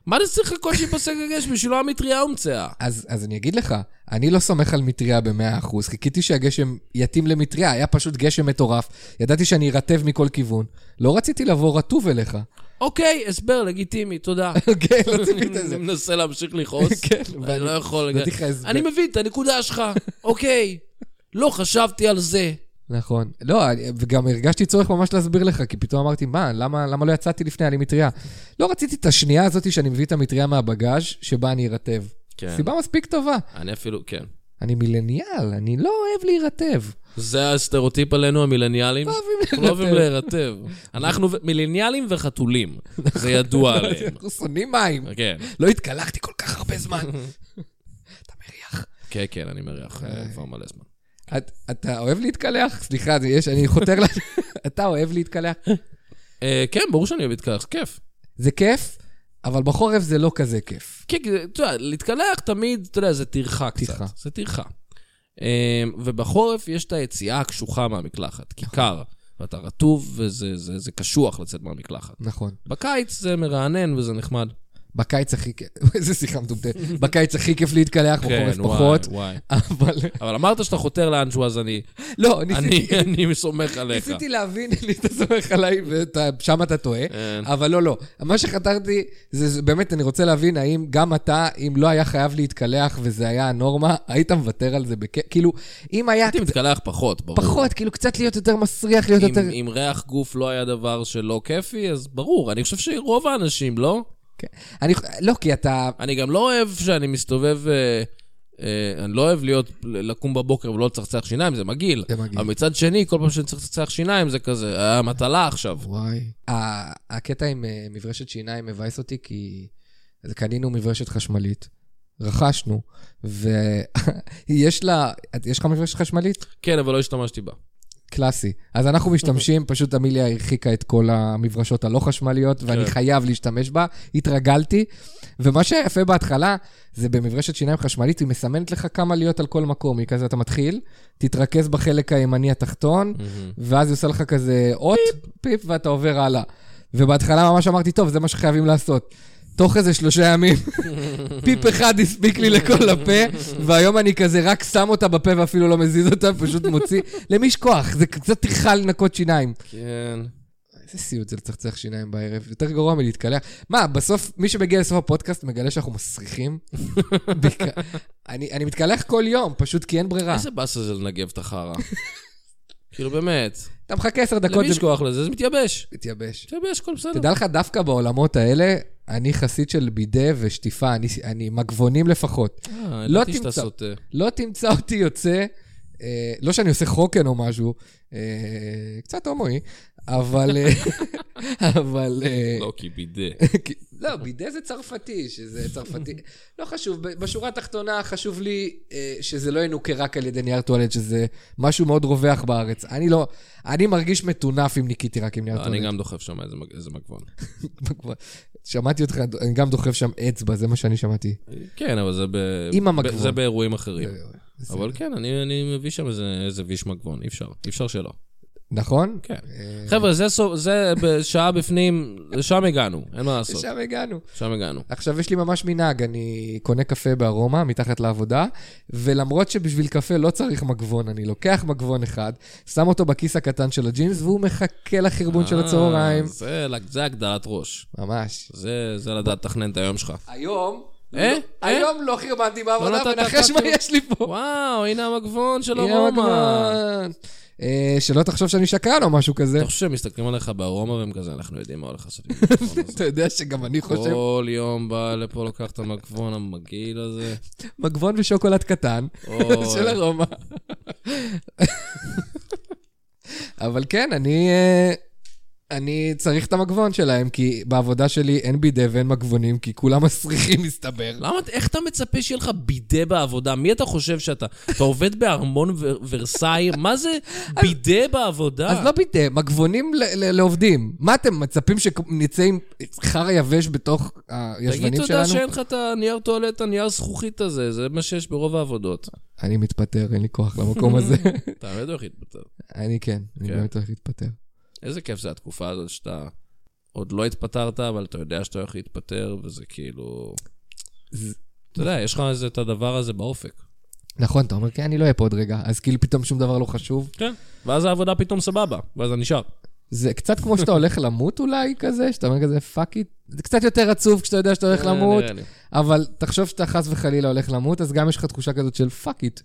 [SPEAKER 2] מה זה צריך לחכות שייפסק הגשם? בשבילו המטריה הומצאה.
[SPEAKER 3] אז, אז אני אגיד לך, אני לא סומך על מטריה ב-100%. חיכיתי שהגשם יתאים למטריה, היה פשוט גשם מטורף. ידעתי שאני ארטב מכל כיוון. לא רציתי לבוא רטוב אליך.
[SPEAKER 2] אוקיי, הסבר לגיטימי, תודה.
[SPEAKER 3] כן, לא ציפית את
[SPEAKER 2] אני
[SPEAKER 3] זה.
[SPEAKER 2] מנסה להמשיך לכעוס,
[SPEAKER 3] כן,
[SPEAKER 2] אני לא יכול...
[SPEAKER 3] נתתי לך הסבר.
[SPEAKER 2] אני מבין את הנקודה שלך, אוקיי. לא חשבתי על זה.
[SPEAKER 3] נכון. לא, אני- וגם הרגשתי צורך ממש להסביר לך, כי פתאום אמרתי, מה, למה, למה לא יצאתי לפני, היה לי מטריה. לא רציתי את השנייה הזאת שאני מביא את המטריה מהבגאז' שבה אני ארטב.
[SPEAKER 2] כן.
[SPEAKER 3] סיבה מספיק טובה.
[SPEAKER 2] אני אפילו, כן.
[SPEAKER 3] אני מילניאל, אני לא אוהב להירטב.
[SPEAKER 2] זה הסטריאוטיפ עלינו, המילניאלים. אנחנו לא אוהבים
[SPEAKER 3] להירטב.
[SPEAKER 2] להירטב. אנחנו ו- מילניאלים וחתולים.
[SPEAKER 3] נכון.
[SPEAKER 2] זה ידוע עליהם.
[SPEAKER 3] אנחנו שונאים מים.
[SPEAKER 2] כן,
[SPEAKER 3] לא התקלחתי כל כך הרבה זמן. אתה מריח.
[SPEAKER 2] כן, כן, אני מריח אה, כבר מלא זמן.
[SPEAKER 3] את- אתה אוהב להתקלח? סליחה, זה יש, אני חותר ל... אתה אוהב להתקלח?
[SPEAKER 2] אה, כן, ברור שאני אוהב להתקלח, זה כיף.
[SPEAKER 3] זה כיף, אבל בחורף זה לא כזה כיף.
[SPEAKER 2] כן, כי זה- אתה יודע, להתקלח תמיד, אתה יודע, זה טרחה קצת.
[SPEAKER 3] טרחה.
[SPEAKER 2] זה טרחה. אה, ובחורף יש את היציאה הקשוחה מהמקלחת, כי קר, ואתה רטוב, וזה זה- זה קשוח לצאת מהמקלחת.
[SPEAKER 3] נכון.
[SPEAKER 2] בקיץ זה מרענן וזה נחמד.
[SPEAKER 3] בקיץ הכי כיף, איזה שיחה מטומטמת. בקיץ הכי כיף להתקלח, בחורף
[SPEAKER 2] כן, וואי,
[SPEAKER 3] פחות.
[SPEAKER 2] וואי.
[SPEAKER 3] אבל...
[SPEAKER 2] אבל אמרת שאתה חותר לאנשהו, אז אני
[SPEAKER 3] לא, ניסיתי-
[SPEAKER 2] אני- אני סומך עליך.
[SPEAKER 3] ניסיתי להבין, אתה סומך עליי, ושם אתה טועה,
[SPEAKER 2] כן.
[SPEAKER 3] אבל לא, לא. מה שחתרתי, זה זה באמת, אני רוצה להבין האם גם אתה, אם לא היה חייב להתקלח וזה היה הנורמה, היית מוותר על זה בכ... כאילו, אם היה
[SPEAKER 2] הייתי מתקלח פחות, ברור.
[SPEAKER 3] פחות, כאילו, קצת להיות יותר מסריח, להיות יותר...
[SPEAKER 2] אם, אם ריח גוף לא היה דבר שלא כיפי, אז ברור, אני חושב שרוב האנשים, לא?
[SPEAKER 3] כן. אני... לא, כי אתה...
[SPEAKER 2] אני גם לא אוהב שאני מסתובב... אה, אה, אני לא אוהב להיות, לקום בבוקר ולא לצחצח שיניים, זה מגעיל.
[SPEAKER 3] זה מגעיל.
[SPEAKER 2] אבל מצד שני, כל פעם שאני צריך לצחצח שיניים, זה כזה, אה, מטלה עכשיו.
[SPEAKER 3] וואי. הקטע עם אה, מברשת שיניים מבאס אותי, כי אז קנינו מברשת חשמלית, רכשנו, ויש לה... יש לך מברשת חשמלית?
[SPEAKER 2] כן, אבל לא השתמשתי בה.
[SPEAKER 3] קלאסי. אז אנחנו משתמשים, פשוט אמיליה הרחיקה את כל המברשות הלא חשמליות, ואני
[SPEAKER 2] כן.
[SPEAKER 3] חייב להשתמש בה, התרגלתי. ומה שיפה בהתחלה, זה במברשת שיניים חשמלית, היא מסמנת לך כמה להיות על כל מקום. היא כזה, אתה מתחיל, תתרכז בחלק הימני התחתון, ואז היא עושה לך כזה אות, פיפ, ואתה עובר הלאה. ובהתחלה ממש אמרתי, טוב, זה מה שחייבים לעשות. תוך איזה שלושה ימים, פיפ אחד הספיק לי לכל הפה, והיום אני כזה רק שם אותה בפה ואפילו לא מזיז אותה, פשוט מוציא. למי יש כוח? זה קצת טרחה לנקות שיניים.
[SPEAKER 2] כן.
[SPEAKER 3] אה. איזה סיוט זה לצחצח שיניים בערב, יותר גרוע מלהתקלח. מה, בסוף, מי שמגיע לסוף הפודקאסט מגלה שאנחנו מסריחים? בעיקר- אני אני מתקלח כל יום, פשוט כי אין ברירה.
[SPEAKER 2] איזה באסה זה לנגב את החרא. כאילו, באמת.
[SPEAKER 3] אתה מחכה עשר דקות,
[SPEAKER 2] למי
[SPEAKER 3] זה
[SPEAKER 2] יש כוח לזה? זה מתייבש.
[SPEAKER 3] מתייבש.
[SPEAKER 2] מתייבש, הכל בסדר.
[SPEAKER 3] תדע לך, דווקא בעולמות האלה, אני חסיד של בידה ושטיפה, אני- אני מגבונים לפחות.
[SPEAKER 2] אה,
[SPEAKER 3] לא
[SPEAKER 2] ידעתי שאתה
[SPEAKER 3] תמצא.
[SPEAKER 2] סוטה.
[SPEAKER 3] לא תמצא אותי יוצא, אה, לא שאני עושה חוקן או משהו, אה, קצת הומואי, אבל... אה, אבל... אה,
[SPEAKER 2] לא, כי בידה.
[SPEAKER 3] כי- לא, בידה זה צרפתי, שזה צרפתי. לא חשוב, ב- בשורה התחתונה חשוב לי אה, שזה לא ינוקה רק על ידי נייר טואלט, שזה משהו מאוד רווח בארץ. אני לא, אני מרגיש מטונף אם ניקיתי רק עם נייר
[SPEAKER 2] אני
[SPEAKER 3] טואלט.
[SPEAKER 2] גם דוחף שם איזה מג- איזה מגבון.
[SPEAKER 3] שמעתי אותך, אני גם דוחף שם אצבע, זה מה שאני שמעתי.
[SPEAKER 2] כן, אבל זה ב...
[SPEAKER 3] עם
[SPEAKER 2] ב-
[SPEAKER 3] המגבון. אה,
[SPEAKER 2] זה באירועים אחרים.
[SPEAKER 3] זה-
[SPEAKER 2] אבל כן, אני אני מביא שם איזה- איזה ויש מגבון, אי אפשר. אי אפשר שלא.
[SPEAKER 3] נכון?
[SPEAKER 2] כן. חבר'ה, זה סוף- זה בשעה בפנים, לשם הגענו, אין מה לעשות.
[SPEAKER 3] לשם הגענו.
[SPEAKER 2] שם הגענו.
[SPEAKER 3] עכשיו יש לי ממש מנהג, אני קונה קפה בארומה, מתחת לעבודה, ולמרות שבשביל קפה לא צריך מגבון, אני לוקח מגבון אחד, שם אותו בכיס הקטן של הג'ינס, והוא מחכה לחרבון של
[SPEAKER 2] אה,
[SPEAKER 3] הצהריים.
[SPEAKER 2] זה זה הגדלת ראש.
[SPEAKER 3] ממש.
[SPEAKER 2] זה זה לדעת לתכנן את היום שלך.
[SPEAKER 3] היום,
[SPEAKER 2] אה? אה?
[SPEAKER 3] היום לא חרבנתי בעבודה,
[SPEAKER 2] לא נתת
[SPEAKER 3] ונחש מה
[SPEAKER 2] קצת-
[SPEAKER 3] יש לי פה. לא
[SPEAKER 2] וואו, הנה המגבון של
[SPEAKER 3] הנה
[SPEAKER 2] ארומה.
[SPEAKER 3] המגבון. אה, שלא תחשוב שאני שקרן או משהו כזה.
[SPEAKER 2] אתה חושב שהם מסתכלים עליך בארומה והם כזה, אנחנו יודעים מה הולך לעשות עם המגבון הזה.
[SPEAKER 3] אתה יודע שגם אני חושב,
[SPEAKER 2] כל יום בא לפה, לוקח את המגבון המגעיל הזה.
[SPEAKER 3] מגבון ושוקולד קטן.
[SPEAKER 2] אוי.
[SPEAKER 3] של ארומה. אבל כן, אני... אה, אני צריך את המגבון שלהם, כי בעבודה שלי אין בידה ואין מגבונים, כי כולם מסריחים, מסתבר.
[SPEAKER 2] למה, איך אתה מצפה שיהיה לך בידה בעבודה? מי אתה חושב שאתה? אתה עובד בארמון ו- ורסאי? מה זה בידה בעבודה?
[SPEAKER 3] אז לא בידה, מגבונים ל- ל- לעובדים. מה אתם מצפים שנצא עם חרא יבש בתוך
[SPEAKER 2] תגיד
[SPEAKER 3] הישבנים
[SPEAKER 2] תודה
[SPEAKER 3] שלנו?
[SPEAKER 2] שאין לך את הנייר טואלט, הנייר זכוכית הזה, זה מה שיש ברוב העבודות.
[SPEAKER 3] אני מתפטר, אין לי כוח למקום הזה.
[SPEAKER 2] אתה באמת הולך להתפטר.
[SPEAKER 3] אני כן, אני
[SPEAKER 2] כן.
[SPEAKER 3] באמת הולך להתפטר.
[SPEAKER 2] איזה כיף זה התקופה הזאת שאתה עוד לא התפטרת, אבל אתה יודע שאתה הולך להתפטר, וזה כאילו...
[SPEAKER 3] זה-
[SPEAKER 2] אתה יודע, יש לך איזה- את הדבר הזה באופק.
[SPEAKER 3] נכון, אתה אומר, כן, אני לא אהיה פה עוד רגע, אז כאילו פתאום שום דבר לא חשוב.
[SPEAKER 2] כן. ואז העבודה פתאום סבבה, ואז אתה נשאר.
[SPEAKER 3] זה קצת כמו שאתה הולך למות אולי כזה, שאתה אומר כזה פאק איט. זה קצת יותר עצוב כשאתה יודע שאתה הולך
[SPEAKER 2] אה,
[SPEAKER 3] למות,
[SPEAKER 2] נראה לי.
[SPEAKER 3] אבל תחשוב שאתה חס וחלילה הולך למות, אז גם יש לך תחושה כזאת של פאק איט.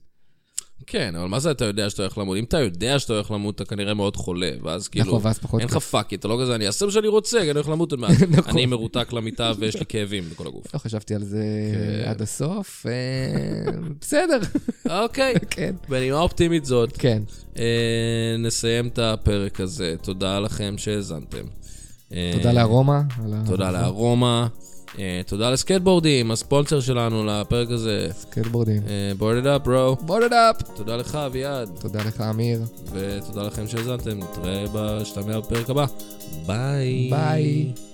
[SPEAKER 2] כן, אבל מה זה אתה יודע שאתה הולך למות? אם אתה יודע שאתה הולך למות, אתה כנראה מאוד חולה, ואז כאילו...
[SPEAKER 3] נכון, ואז פחות
[SPEAKER 2] אין לך
[SPEAKER 3] כיף.
[SPEAKER 2] פאק, אתה לא כזה, אני אעשה מה שאני רוצה, כי אני הולך למות עוד מעט.
[SPEAKER 3] נכון.
[SPEAKER 2] אני מרותק למיטה ויש לי כאבים בכל הגוף.
[SPEAKER 3] לא חשבתי על זה
[SPEAKER 2] כן.
[SPEAKER 3] עד הסוף. אה, בסדר.
[SPEAKER 2] אוקיי.
[SPEAKER 3] כן.
[SPEAKER 2] בנימה אופטימית זאת,
[SPEAKER 3] כן.
[SPEAKER 2] אה, נסיים את הפרק הזה. תודה לכם שהאזנתם. אה,
[SPEAKER 3] תודה לארומה. נכון. על ה-
[SPEAKER 2] תודה לארומה. אה, תודה לסקייטבורדים, הספונסר שלנו לפרק הזה.
[SPEAKER 3] סקייטבורדים.
[SPEAKER 2] אה. בורד אפ, ברו.
[SPEAKER 3] בולד אפ.
[SPEAKER 2] תודה לך, אביעד.
[SPEAKER 3] תודה לך, אמיר.
[SPEAKER 2] ותודה לכם שהאזנתם, נתראה בשתמע בפרק הבא. ביי.
[SPEAKER 3] ביי.